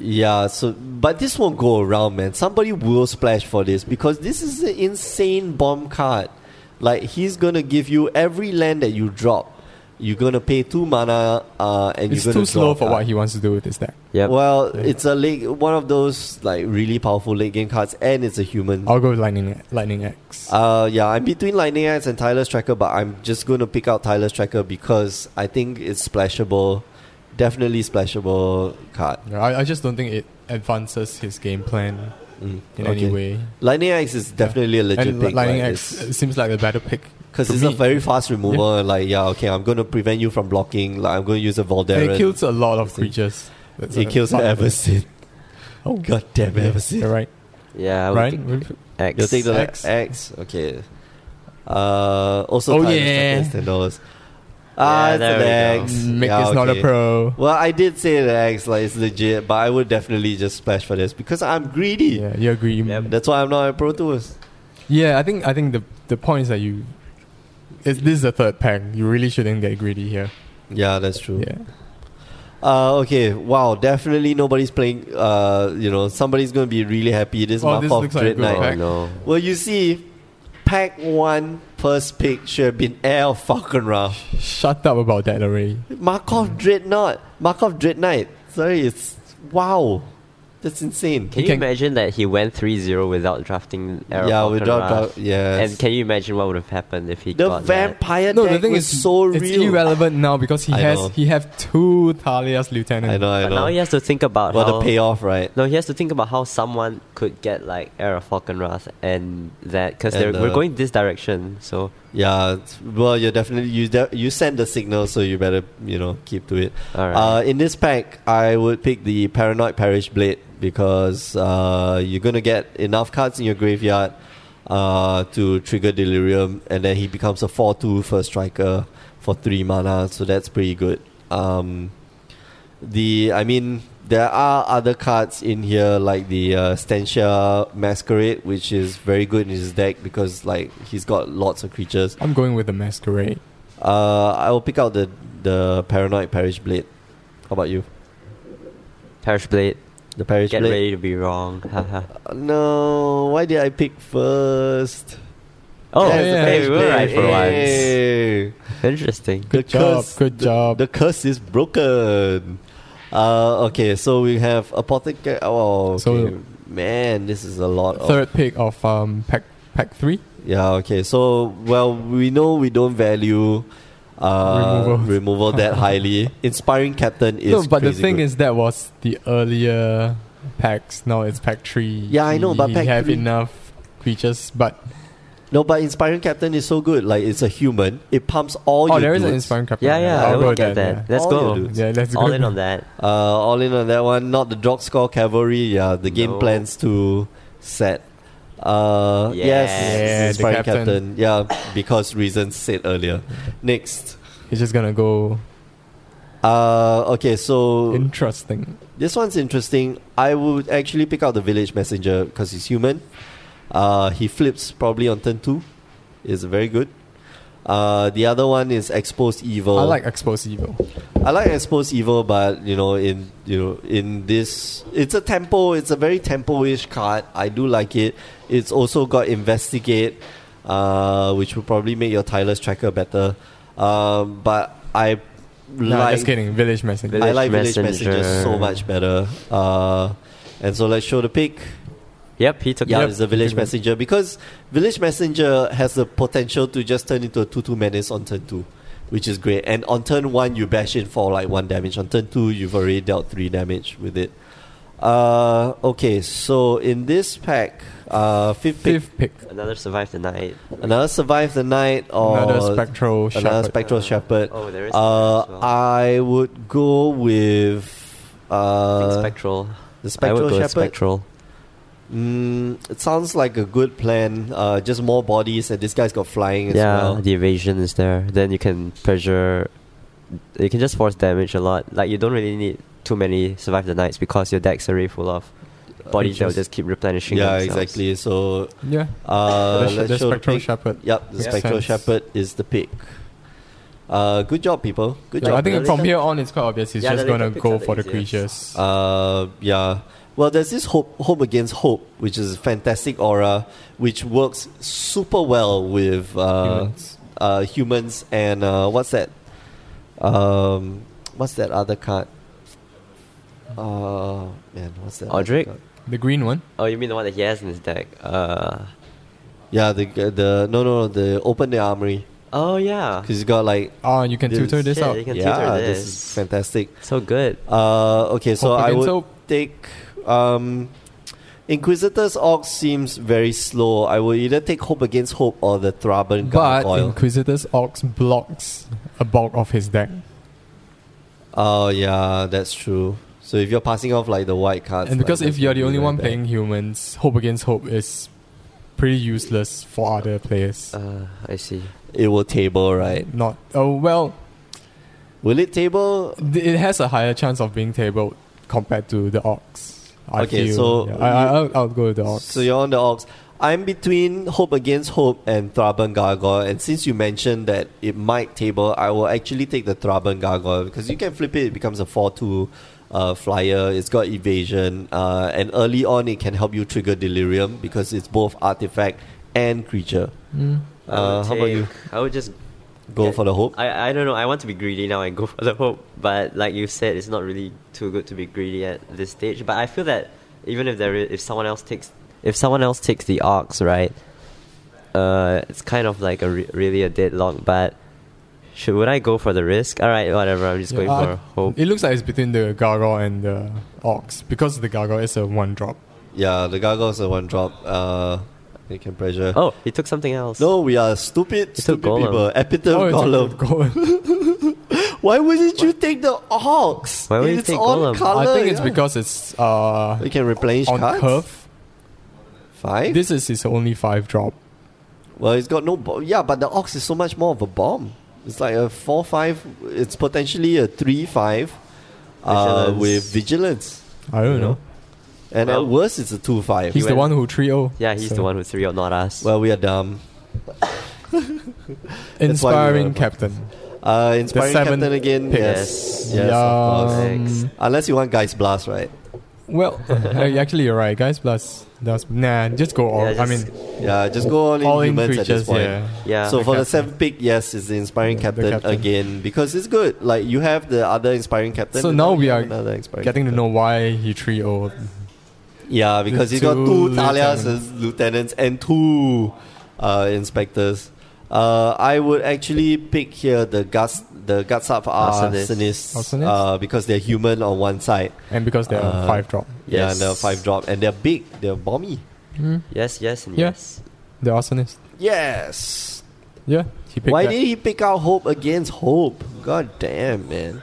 A: Yeah, so but this won't go around, man. Somebody will splash for this because this is an insane bomb card. Like he's gonna give you every land that you drop. You're gonna pay two mana, uh, and
B: It's
A: you're gonna
B: too slow for what
A: he.
B: he wants to do with this deck.
C: Yep.
A: Well,
B: Yeah.
A: it's a late, one of those like really powerful late game cards, and it's a human.
B: I'll go with lightning lightning X.
A: Uh, yeah, I'm between Lightning Axe and Tyler's Tracker, but I'm just gonna pick out Tyler's Tracker because I think it's splashable, definitely splashable card.
B: Yeah, I, I just don't think it advances his game plan in
A: Mm. Okay.
B: any way.
A: Lightning X is definitely a legit
B: And
A: pick.
B: Lightning
A: right?
B: X it seems like the better pick.
A: Because
B: to
A: it's a
B: me.
A: very fast removal. Like, yeah, okay, I'm going to prevent you from blocking. Like, I'm going to use a
B: And
A: Voldaren.
B: it kills a lot of
A: Let's see.
B: creatures. That's
A: It
B: a-
A: kills
B: not-
A: Everson.
B: Oh.
A: God damn
B: Yeah,
A: Everson.
B: You're right.
C: Yeah, I would
B: Right?
C: pick
B: We've-
C: X.
A: You'll take the X.
B: X.
A: X. Okay. Uh, also,
B: Oh,
A: tied with
B: yeah.
A: Stefan Ten dollars. Ah,
C: Yeah,
A: it's
C: there
A: an
C: we go.
A: X.
B: Mick
A: Yeah,
B: is not a
A: okay.
B: pro.
A: Well, I did say the X, like it's legit, but I would definitely just splash for this because I'm greedy.
B: Yeah, you agree.
C: Yep.
A: That's why I'm not a Pro Tools.
B: Yeah, I think I think the the point is that you, it's, this is the third pack. You really shouldn't get greedy here.
A: Yeah, that's true.
B: Yeah,
A: Uh, okay, wow, definitely nobody's playing. Uh, you know, somebody's gonna be really happy this
B: Oh,
A: month
B: this
A: of
B: looks like
A: Dread
B: a good
A: Knight.
B: one.
C: Oh
B: Pack.
C: no.
A: Well, you see, pack one first pick should have been Air of Falconra.
B: shut up about that already.
A: Markov Dreadnought, Markov Dread Knight. Sorry, it's wow, that's insane.
B: He
C: Can you
B: can-
C: imagine that he went 3-0 without drafting Arrow
A: yeah, without doubt,
C: And
A: yes.
C: can you imagine what would have happened if he
A: the
C: got
A: vampire
B: No,
A: deck
B: the thing
A: was
B: is
A: so
B: it's
A: real.
B: irrelevant now because he
A: I
B: has
A: know.
B: he have two Thalia's lieutenant.
A: I know,
C: that?
A: I
C: But now he
A: know.
C: has to think about
A: Well,
C: how,
A: the payoff, right?
C: No, he has to think about how someone could get like Air of Falkenrath and that because
A: And,
C: we're
A: uh,
C: going this direction. So
A: Yeah, it's- well, you're definitely you de- you send the signal, so you better you know keep to it.
C: all right,
A: Uh, in this pack, I would pick the Paranoid Parish Blade because uh, you're gonna get enough cards in your graveyard uh, to trigger Delirium, and then he becomes a 4-2 first striker for three mana, so that's pretty good. Um, the I mean, there are other cards in here like the uh, Stantia Masquerade, which is very good in his deck because like he's got lots of creatures.
B: I'm going with the masquerade.
A: Uh, I will pick out the the Paranoid Parish Blade. How about you?
C: Parish Blade,
A: The Parish
C: get
A: Blade.
C: ready to be wrong. Haha.
A: Uh, no, why did I pick first?
C: oh,
B: Yeah,
A: Yes, the
B: yeah,
C: hey,
A: Parish
C: we were
A: Blade.
C: right for once.
A: Hey.
C: Interesting.
B: Good
A: The
B: job.
A: curse-
B: Good job.
A: The curse is broken. Uh, okay, so we have apothecary. Oh, okay.
B: So-
A: man, this is a lot. of-
B: Third pick of um pack pack three.
A: Yeah, okay. So, well, we know we don't value uh, removal.
B: Removal.
A: that highly. Inspiring Captain is.
B: no, but the
A: crazy
B: thing
A: good.
B: is that was the earlier packs. Now it's pack three.
A: Yeah, I know, but
B: he
A: pack
B: have
A: three-
B: enough creatures. But
A: No, but Inspiring Captain is so good. Like, it's a human, it pumps all
B: oh,
A: your
B: there is an
A: dudes.
B: inspiring captain.
C: Yeah, yeah,
B: I'll
C: I
B: go
C: will
B: with
C: get
B: that.
C: that. Let's
A: All your
C: go.
A: dudes.
B: Yeah, yeah let's
C: All
B: go.
C: in on that.
A: Uh, all in on that one. Not the Drog Score Cavalry. Yeah, the game
C: No.
A: plans to set. Uh,
C: Yes.
A: yes,
C: Yeah,
B: the
A: inspiring captain.
B: captain.
A: Yeah, because reasons said earlier. Next.
B: He's just gonna go
A: Uh, okay, so
B: interesting.
A: this one's interesting. I would actually pick out the village messenger because he's human. Uh, he flips probably on turn two. Is very good. Uh, the other one is exposed evil.
B: I like expose evil.
A: I like Expose Evil, but you know, in you know, in this, it's a tempo. It's a very tempo-ish card. I do like it. It's also got Investigate, uh, which will probably make your Tyler's tracker better. Um, but I
B: Nah,
A: like
B: just kidding. Village messenger.
A: I like Village
C: Messenger.
A: Messenger so much better. Uh, and so let's show the pick.
C: Yep, he took
A: Yeah,
C: it.
A: it's the Village
B: Pick one.
A: Messenger because Village Messenger has the potential to just turn into a 2 2 menace on turn 2, which is great. And on turn 1, you bash in for like 1 damage. On turn 2, you've already dealt 3 damage with it. Uh, okay, so in this pack, uh, fifth pick,
B: Fifth pick.
C: Another survived the night.
A: another Survive the Night or
B: another spectral.
A: Oh, another
B: shepherd.
A: Spectral
C: Uh,
A: Shepherd.
C: Oh, there is.
A: Uh,
C: another as well.
A: I would go with.
C: I think
A: Uh,
C: spectral.
A: the
C: I would
A: Spectral
C: go with
A: Shepherd.
C: spectral.
A: Mm, it sounds like a good plan. Uh, just more bodies, and this guy's got flying as
C: yeah,
A: well.
C: the evasion is there. Then you can pressure. You can just force damage a lot. Like you don't really need too many survive the nights because your deck's already full of bodies that will
B: creatures.
C: just keep replenishing.
A: Uh, yeah,
C: themselves.
A: exactly. So,
B: Yeah.
A: uh,
B: the, sh-
A: let's
B: the
A: show the
B: spectral
A: pick.
B: shepherd.
A: Yep, the
C: Yeah.
A: spectral
B: Sense.
A: shepherd is the pick. Uh, good job, people. Good
B: Yeah,
A: job.
B: I think
C: The
B: from
C: later-
B: here on, it's quite obvious. He's
C: Yeah,
B: just
C: the later
B: gonna
C: picks
B: go
C: are the
B: for the
C: easiest.
B: creatures.
A: Uh, yeah. Well, there's this hope, hope against hope, which is a fantastic aura, which works super well with uh,
B: Humans.
A: uh, humans and uh, what's that? Um, what's that other card? Uh, man, what's that? other
C: Audric?
A: card?
B: the green one.
C: Oh, you mean the one that he has in his deck? Uh,
A: Yeah, the the no no no the open the armory
C: oh yeah,
A: because you got like
B: Ah, you can
A: This-
B: tutor this
C: Shit,
B: out.
C: you can
A: yeah
C: tutor
A: this.
C: this.
A: is fantastic.
C: so good.
A: Uh, okay, so
B: Hope
A: I
B: against
A: would
B: hope.
A: take um, Inquisitor's Ox seems very slow. I will either take Hope Against Hope or the Thraben
B: But
A: Gargoyle.
B: Inquisitor's Ox blocks a bulk of his deck.
A: oh, yeah, that's true. So if you're passing off like the white cards.
B: and
A: like,
B: because if
A: that's
B: you're the
A: gonna be
B: only
A: very
B: one
A: bad.
B: playing humans, Hope Against Hope is pretty useless for other players.
C: Uh, I see.
A: It will table, right?
B: Not. Oh, well,
A: Will it table?
B: th- it has a higher chance of being tabled compared to the Ox. I
A: Okay,
B: feel.
A: so
B: Yeah, I, I, I'll, I'll go with the Ox.
A: So you're on the Ox. I'm between Hope Against Hope and Thraben Gargoyle. And since you mentioned that it might table, I will actually take the Thraben Gargoyle because you can flip it, it becomes a 4 2 uh, flyer. It's got evasion. Uh, and early on, it can help you trigger Delirium because it's both artifact and creature.
B: Mm.
C: I would
A: Uh, how about you?
C: take- I would just
A: Go
C: Yeah.
A: for the Hope.
C: I I don't know. I want to be greedy now and go for the hope, but like you said, it's not really too good to be greedy at this stage. But I feel that even if there is, if someone else takes if someone else takes the ox, right? Uh, it's kind of like a re- really a deadlock. But should would I go for the risk? All right, whatever. I'm just
B: Yeah,
C: going
B: I-
C: for hope.
B: It looks like it's between the Gargoyle and the Ox because the Gargoyle is a one drop.
A: Yeah, the Gargoyle's a one drop. Uh, it can pressure.
C: Oh, he took something else.
A: No, we are stupid,
C: It's a
A: stupid
C: golem.
A: people. Epitome
B: Oh, it's a
A: Golem.
B: Golem.
A: Why wouldn't you take the Hawks?
C: Why would you
A: it's
C: take
A: on
C: Golem?
A: Color,
B: I think it's
A: yeah.
B: because it's uh,
A: You can replenish
B: on
A: cards.
B: curve.
A: Five.
B: This is his only five drop.
A: well, it's got no. Bo- yeah, but the ox is so much more of a bomb. It's like a four five. It's potentially a three five, uh,
C: Vigilance.
A: with vigilance,
B: I don't know.
A: and
C: Well,
A: at worst it's a two five.
B: He's the
C: went-
B: one who 3 0.
C: Yeah, he's the one who three or not us.
A: Well, we are dumb. that's why we
B: Inspiring
A: were-
B: captain.
A: Uh, inspiring
B: seven
A: captain again.
B: picks.
A: Yes, yes, of course.
B: Yum.
C: Thanks.
A: Unless you want guys blast, right?
B: Well, uh, actually, you're right. Guys plus does. Nah, just go all.
C: Yeah,
B: I
C: just-
B: mean,
A: Yeah, just go all in
B: all in
A: humans at this
B: creatures,
A: point.
B: yeah.
C: yeah.
A: so
B: the
A: for the
B: captain.
A: seventh pick, yes, it's the inspiring
B: Yeah, the
A: captain,
B: captain.
A: again because it's good. Like you have the other inspiring captain.
B: So
A: and
B: now we
A: you have
B: are
A: another inspiring
B: Getting to
A: captain.
B: know why he oh 3 0.
A: Yeah, because
B: The
A: he's got
B: two
A: two Talias
B: lieutenants.
A: as lieutenants and two uh, inspectors. Uh, I would actually pick here the guts, the guts up
C: Arsonists.
A: arsonists,
B: Arsonists?
A: Uh, because they're human on one side.
B: And because they're
A: Uh,
B: five drop.
A: Yeah, and they're
C: Yes.
A: five drop, and they're big. They're bomby.
C: yes, yes, and
B: Yeah.
C: yes.
B: The arsonist.
A: Yes.
B: Yeah, he picked
A: Why
B: that.
A: did he pick out hope against hope? God damn, man.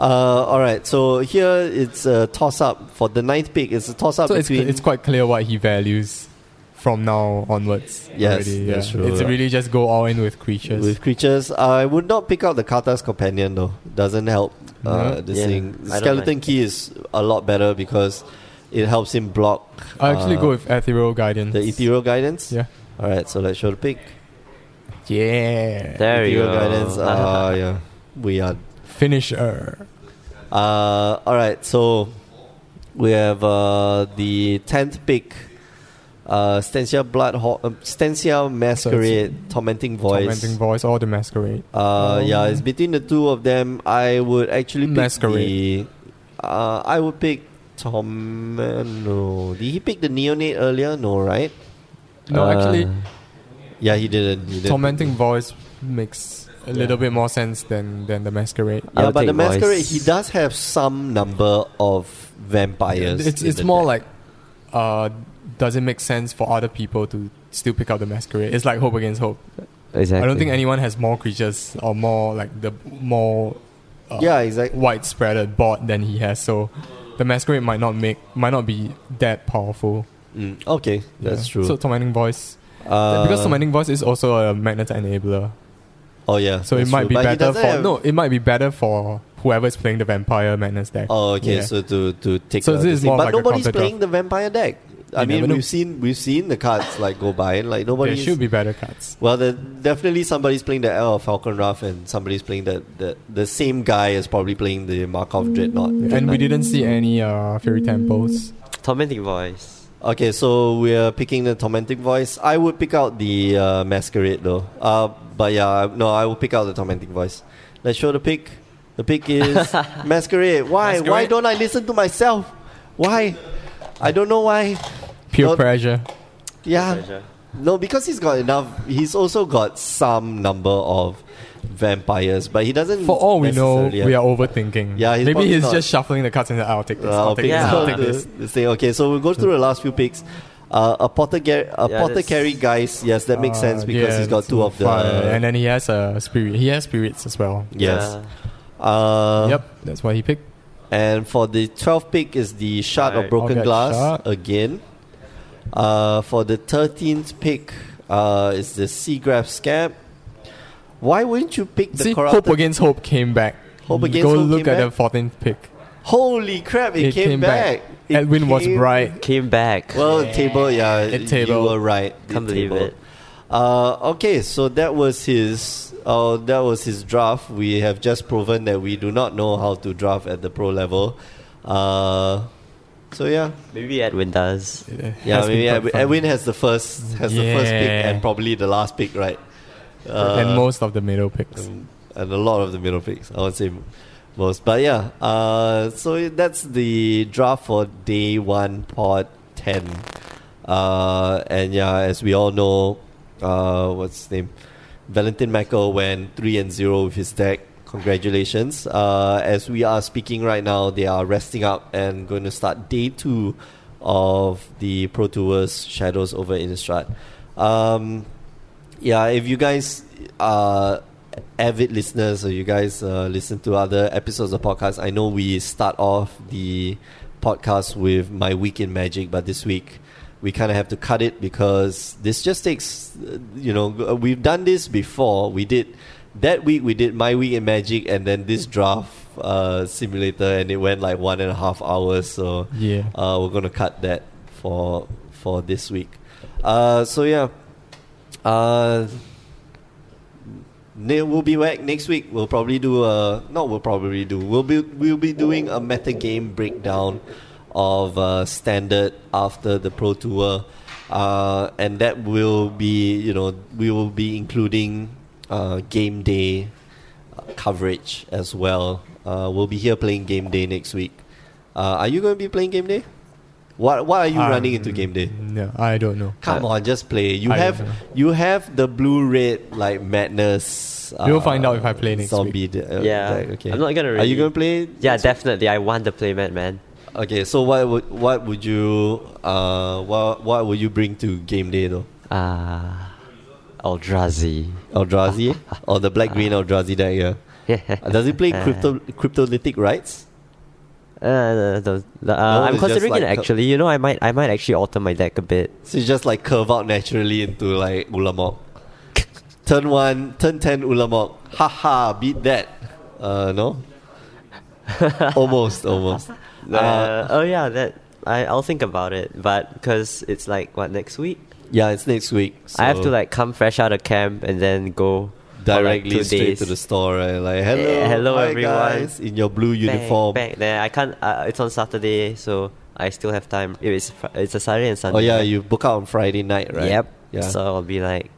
A: Uh, all right, so here it's a toss up for the ninth pick. It's a toss up
B: so it's,
A: between
B: it's quite clear what he values from now onwards.
A: Yes,
B: already, yeah.
A: that's true.
B: It's really just go all in with creatures.
A: with creatures. I would not pick out the Kata's companion though. Doesn't help uh,
B: No.
A: this
C: Yeah,
A: thing.
C: I don't
A: Skeleton
C: like
A: key is a lot better because it helps him block.
B: I actually
A: uh,
B: go with ethereal guidance.
A: the ethereal guidance.
B: Yeah.
A: All right, so let's show the pick.
B: Yeah.
C: There you
A: ethereal
C: go.
A: guidance. Uh, yeah, we are.
B: Finisher.
A: Uh, all right, so we have uh, the tenth pick. Uh, Stencia Blood, Ho- um, Stencia Masquerade, Tormenting Voice.
B: Tormenting voice or the masquerade.
A: Uh, yeah,
B: Um,
A: it's between the two of them. I would actually pick
B: Masquerade.
A: the. Uh, I would pick Tom. No, did he pick the neonate earlier? No, right?
B: No,
A: Uh,
B: actually,
A: Yeah, he didn't. He didn't.
B: tormenting voice makes a little
A: Yeah.
B: bit more sense than than the masquerade.
C: I
A: Yeah,
C: would
A: but the
C: take voice.
A: masquerade, he does have some number of vampires.
B: it's
A: in
B: it's
A: the
B: more
A: deck.
B: like, uh, does it make sense for other people to still pick up the masquerade? It's like hope against hope.
C: exactly.
B: I don't think anyone has more creatures or more like the more uh,
A: yeah, exactly.
B: widespread board than he has. So the masquerade might not make might not be that powerful.
A: Mm, okay, that's
B: Yeah.
A: true.
B: So tormenting voice
A: uh,
B: because tormenting voice is also a magnet enabler.
A: Oh yeah.
B: So it
A: that's
B: might
A: true.
B: be
A: But he
B: better
A: doesn't
B: for
A: have-
B: no, it might be better for whoever's playing the vampire madness deck.
A: Oh, okay.
B: Yeah.
A: So to to take.
B: So
A: out
B: this
A: the
B: is
A: thing.
B: more
A: but
B: like a
A: nobody's
B: counter
A: playing the vampire deck. I
B: You
A: mean,
B: never know.
A: we've seen we've seen the cards like go by, and like
B: there
A: nobody's
B: should be better cards.
A: Well, the, definitely somebody's playing the L of Falcon Ruff, and somebody's playing the, the the same guy is probably playing the Markov Dreadnought.
B: And we didn't see any uh, fairy temples.
C: tormenting voice.
A: Okay, so we're picking the Tormenting Voice. I would pick out the uh, Masquerade though. Uh, but yeah, I- no, I will pick out the Tormenting Voice. Let's show the pick. The pick is Masquerade. Why? Why
B: Masquerade.
A: don't I listen to myself? Why? I don't know why.
B: Pure
A: Don't-
B: pressure.
A: Yeah. No, because he's got enough. He's also got some number of vampires, but he doesn't.
B: For all we know,
A: necessarily have-
B: we are overthinking.
A: Yeah, he's
B: Maybe
A: probably
B: he's
A: not.
B: just shuffling the cards and saying, I'll take this,
A: I'll
B: I'll
A: pick
B: take
A: this,
B: this,
C: yeah.
B: I'll
A: I'll
B: take
A: pick
B: this.
A: this. this thing. Okay, so we'll go through the last few picks. Uh, apothecary, apothecary
C: that's-
A: guys. Yes, that makes
B: Uh,
A: sense because
B: yeah,
A: he's got
B: it's
A: two of the.
B: fire. And then he has a spirit. He has spirits as well.
A: yes. Uh,
B: yep, that's why he picked.
A: And for the 12th pick is the Shard of
C: Right.
A: Broken
B: Okay,
A: Glass
B: Shard.
A: again. Uh, for the 13th pick uh, is the Seagraph Scab. Why wouldn't you pick the
B: See,
A: corrupted?
B: Hope Against Hope came back.
A: Hope Against
B: Go
A: Hope
B: look
A: came
B: at
A: back?
B: the 14th pick.
A: Holy crap! It, came, back. It
B: Edwin was
A: came-
B: right.
C: Came back.
A: Well, table, yeah,
B: It
A: you
B: table.
A: were right.
C: Can't believe
A: table.
C: it.
A: Uh, okay, so that was his. Uh, that was his draft. We have just proven that we do not know how to draft at the pro level. Uh, so yeah,
C: Maybe Edwin does.
B: It
A: yeah.
B: has been
A: Maybe
B: quite
A: Edwin,
B: fun.
A: Edwin has the first has the first pick
B: Yeah.
A: and probably the last pick, right? uh,
B: and most of the middle picks.
A: and a lot of the middle picks. I would say most, but yeah. Uh, so that's the draft for day one, pod ten. Uh, and yeah, as we all know, uh, what's his name, Valentin Mackel went three and zero with his deck. Congratulations. Uh, as we are speaking right now, they are resting up and going to start day two of the Pro Tours Shadows over Innistrad. Um, yeah, if you guys are avid listeners or you guys uh, listen to other episodes of podcasts, I know we start off the podcast with my week in magic, but this week we kind of have to cut it because this just takes, uh, you know, g- uh, we've done this before. We did that week, we did my week in magic, and then this draft uh, simulator, and it went like one and a half hours. So
B: Yeah.
A: uh, we're gonna cut that for for this week. Uh, so yeah, uh, ne- we'll be back next week. We'll probably do a not. We'll probably do. We'll be we'll be doing a meta game breakdown of uh, standard after the pro tour, uh, and that will be you know we will be including uh, game day uh, coverage as well. Uh, we'll be here playing game day next week. Uh, are you going to be playing game day? What What are you
B: Um,
A: running into game day?
B: No, I don't know.
A: Come on, just play. You
B: I don't
A: have
B: know.
A: you have the blue red like madness. uh,
B: We'll find out if I play next
A: zombie de- uh,
C: Yeah.
A: deck, okay.
C: I'm not gonna
A: Are you
C: really-
A: gonna play?
C: Yeah, definitely. I want the playmat, man.
A: Okay, so what would what would you uh what what would you bring to game day though?
C: Ah, Eldrazi.
A: Eldrazi or the black green Eldrazi deck? Yeah. Uh, Does it play crypto cryptolithic rights?
C: Uh, the, the, uh,
A: No,
C: I'm
A: it's just
C: considering it
A: like a-
C: actually. You know, I might, I might actually alter my deck a bit.
A: So you just like curve out naturally into like Ulamog. turn one, turn ten Ulamog. Haha, beat that. Uh no. almost, almost.
C: Uh, oh yeah, that I, I'll think about it. But because it's like what next week,
A: Yeah, it's next week.
C: I have to
A: so
C: like come fresh out of camp and then go for, like,
A: directly
C: two
A: straight
C: days.
A: to the store, right? Like, hello,
C: Yeah, hello,
A: hi
C: everyone.
A: guys, in your blue uniform.
C: Back, there, I can't. Uh, it's on Saturday, so I still have time. It is. fr- It's a Saturday and
A: Oh
C: Sunday.
A: yeah, you book out on Friday night, right?
C: Yep.
A: Yeah.
C: So I'll be like,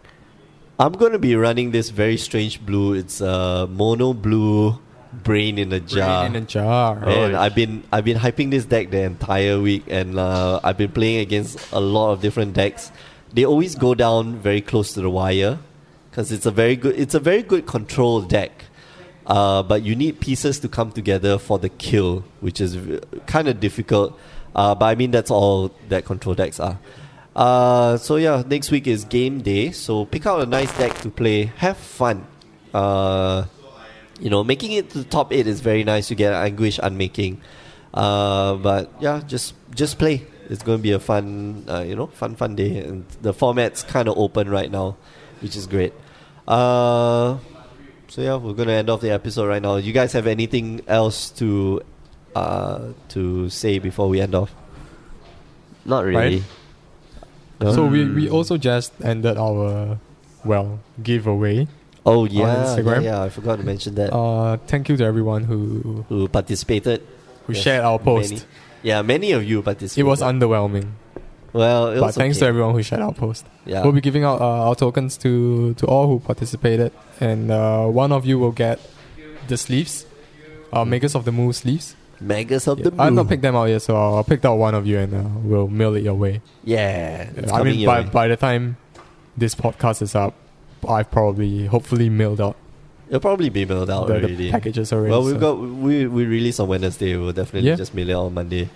A: I'm gonna be running this very strange blue. It's a mono blue brain in a jar.
B: Brain in a jar.
A: Man,
C: Oh,
A: I've been I've been hyping this deck the entire week, and uh, I've been playing against a lot of different decks. They always go down very close to the wire because it's a very good it's a very good control deck. Uh, but you need pieces to come together for the kill, which is kind of difficult. Uh, but I mean, that's all that control decks are. Uh, so yeah, next week is game day. So pick out a nice deck to play. Have fun. Uh, you know, making it to the top eight is very nice. You get anguish unmaking, uh, but yeah, just just play. It's going to be a fun, uh, you know, fun fun day, and the format's kind of open right now, which is great. Uh, so yeah, we're going to end off the episode right now. You guys have anything else to uh, to say before we end off?
C: not really.
B: Right? So we,
A: Ah.
B: we also just ended our, well, giveaway.
A: Oh yeah, yeah,
B: Instagram?
A: yeah, I forgot to mention that.
B: Uh, thank you to everyone who
A: Who participated?
B: who
A: Yes,
B: shared our post.
A: Many. Yeah, many of you participated.
B: It was underwhelming,
A: well, it
B: but
A: was
B: thanks to
A: okay.
B: everyone who shared our post.
A: Yeah.
B: We'll be giving out uh, our tokens to to all who participated, and uh, one of you will get the sleeves, uh, makers of the move sleeves.
A: Megas of
B: Yeah.
A: the
B: I've
A: Moon.
B: not picked them out yet, so I'll, I'll pick out one of you and uh, we'll mail it your way.
A: Yeah, it's
B: I
A: coming
B: mean,
A: your
B: by,
A: way.
B: by the time this podcast is up, I've probably, hopefully, mailed out
A: It'll probably be mailed out
B: the,
A: already.
B: the packages already.
A: well, we've
B: so-
A: got we we release on Wednesday. We'll definitely
B: Yeah.
A: just mail it out on Monday.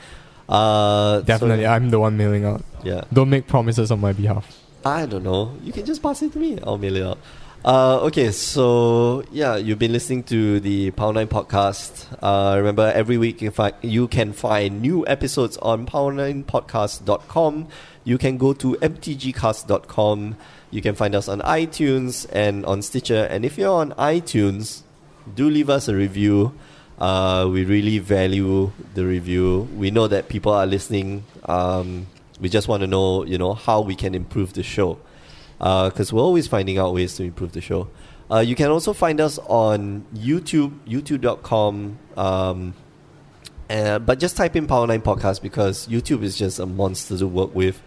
A: Uh, so-
B: definitely. I'm the one mailing out.
A: yeah.
B: Don't make promises on my behalf.
A: I don't know. You can just pass it to me. I'll mail it out. Uh, okay, so yeah, you've been listening to the Pound Nine podcast. Uh, remember, every week you, fi- you can find new episodes on pound9podcast.com. You can go to mtgcast.com. You can find us on iTunes and on Stitcher. And if you're on iTunes, do leave us a review. Uh, we really value the review. We know that people are listening. Um, we just want to know, you know, how we can improve the show, because we're always finding out ways to improve the show. Uh, you can also find us on YouTube, YouTube.com. Um, uh, but just type in Power Nine Podcast because YouTube is just a monster to work with.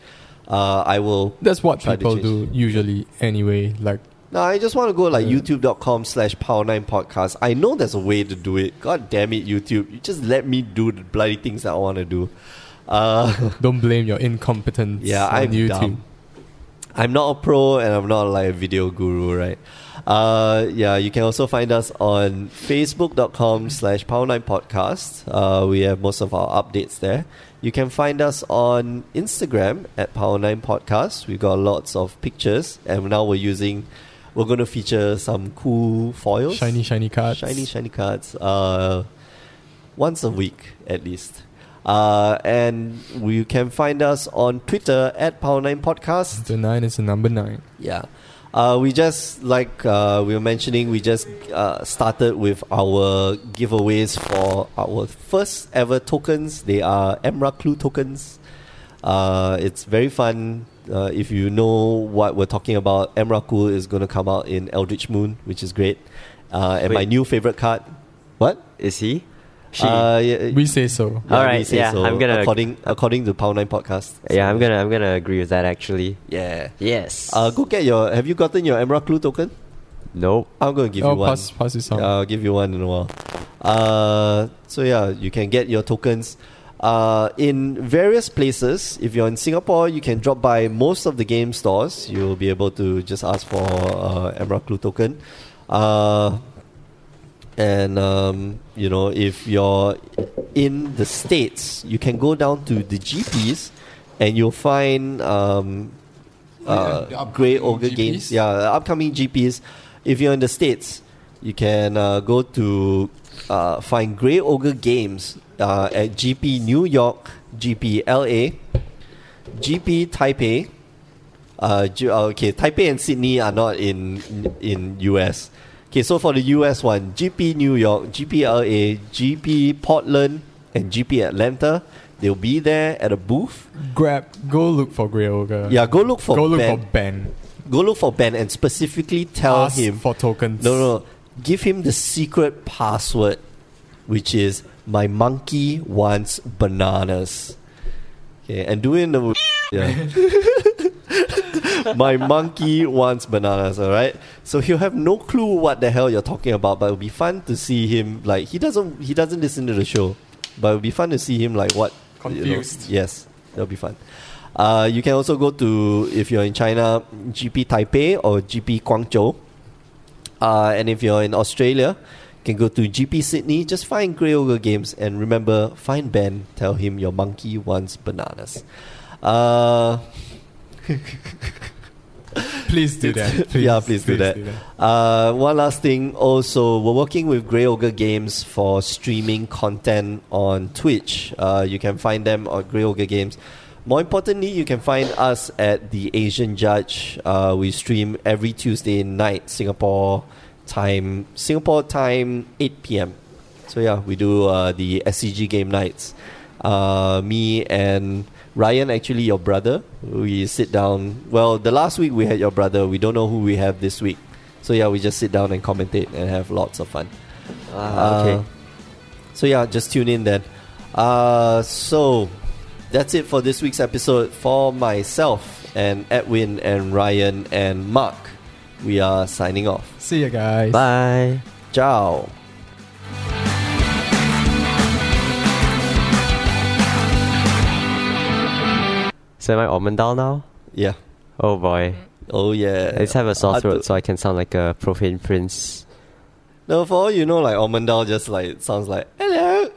A: Uh, I will
B: That's what
A: Try to
B: people do
A: change.
B: usually anyway. Like
A: no, I just want to go like
B: Yeah.
A: youtube.com slash power9 podcast. I know there's a way to do it. God damn it, YouTube. You just let me do the bloody things that I want to do. Uh,
B: don't blame your incompetence
A: yeah,
B: on
A: I'm
B: YouTube.
A: dumb. I'm not a pro and I'm not like a video guru, right? Uh, yeah, you can also find us on facebook.com slash power9 podcast. Uh, we have most of our updates there. You can find us on Instagram at power9 podcast. We've got lots of pictures and now we're using, we're going to feature some cool foils.
B: Shiny, shiny cards.
A: Shiny, shiny cards. Uh, once a week at least. Uh, and you can find us on Twitter at Power9 Podcast.
B: The nine is the number nine.
A: Yeah. Uh, we just, like uh, we were mentioning, we just uh, started with our giveaways for our first ever tokens. They are Emra Clue tokens. Uh, it's very fun. Uh, if you know what we're talking about, Emra Clue is going to come out in Eldritch Moon, which is great. Uh, and my
C: Wait.
A: new favorite card. What?
C: Is he? She.
A: Uh, yeah,
B: We say so.
A: yeah,
C: All
A: we
C: right,
A: say
C: yeah, I'm gonna-
A: according according to Power Nine podcast.
C: yeah, I'm
A: So,
C: gonna I'm gonna agree with that actually.
A: yeah.
C: Yes.
A: Uh, go get your. Have you gotten your Emerald Clue token?
C: nope.
A: I'm gonna give
B: oh,
A: you one.
B: pass, pass you some.
A: I'll give you one in a while. Uh, so yeah, you can get your tokens uh, in various places. If you're in Singapore, you can drop by most of the game stores. You'll be able to just ask for uh, Emerald Clue token. Uh, and um, you know, if you're in the states, you can go down to the GPs, and you'll find um, uh,
B: Yeah, the upcoming
A: Grey Ogre
B: GPs.
A: games. Yeah, the upcoming GPs. If you're in the states, you can uh, go to uh, find Grey Ogre Games uh, at GP New York, GP LA, GP Taipei. Uh, Ju- uh, okay, Taipei and Sydney are not in in US. Okay, so for the US one, GP New York, GP LA, GP Portland, and GP Atlanta, they'll be there at a booth.
B: Grab. Go look for Grey Ogre.
A: Yeah, go look for
B: go look
A: Ben.
B: for Ben.
A: Go look for Ben and specifically tell
B: Ask
A: him.
B: for tokens.
A: No, no, give him the secret password, which is my monkey wants bananas. Okay, and do it in the yeah. my monkey wants bananas. All right, so he'll have no clue what the hell you're talking about, but it'll be fun to see him. Like he doesn't, he doesn't listen to the show, but it'll be fun to see him like what you know.
B: Confused.
A: yes, that'll be fun. Uh, you can also go to if you're in China, GP Taipei or GP Guangzhou. Uh, and if you're in Australia, you can go to GP Sydney. Just find Grey Ogre Games and remember, find Ben. Tell him your monkey wants bananas. Uh,
B: Please do that. Please,
A: yeah, please, do that. Uh, one last thing also, we're working with Grey Ogre Games for streaming content on Twitch. Uh, you can find them on Grey Ogre Games. More importantly, you can find us at The Asian Judge. Uh, we stream every Tuesday night, Singapore time, Singapore time, 8 p.m. So yeah, we do uh, the SCG game nights. Uh, me and Ryan, actually your brother, we sit down. Well, the last week we had your brother. We don't know who we have this week. So yeah, we just sit down and commentate and have lots of fun.
C: Ah, okay.
A: Uh, so yeah, just tune in then. Uh, so that's it for this week's episode. For myself and Edwin and Ryan and Mark, we are signing off.
B: See you guys.
C: Bye.
A: Ciao.
C: So am I almond doll now?
A: Yeah.
C: Oh boy.
A: Oh yeah.
C: I just have a sore
A: Hard to-
C: throat, so I can sound like a profane prince.
A: No, for all you know, like Ormondale just like sounds like hello.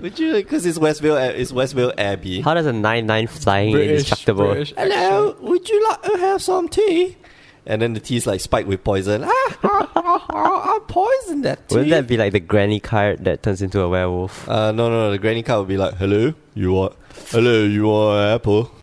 A: Would you? Because it's Westville. Ab- It's Westville Abbey.
C: How does a 9 9 flying indestructible?
B: British
A: Hello. Would you like to have some tea? And then the tea's like spiked with poison. Ah, ah, ah, ah, I'll poison that tea.
C: Wouldn't that be like the granny card that turns into a werewolf?
A: Uh, no, no, no. The granny card would be like, "Hello, you want? Hello, you want an apple?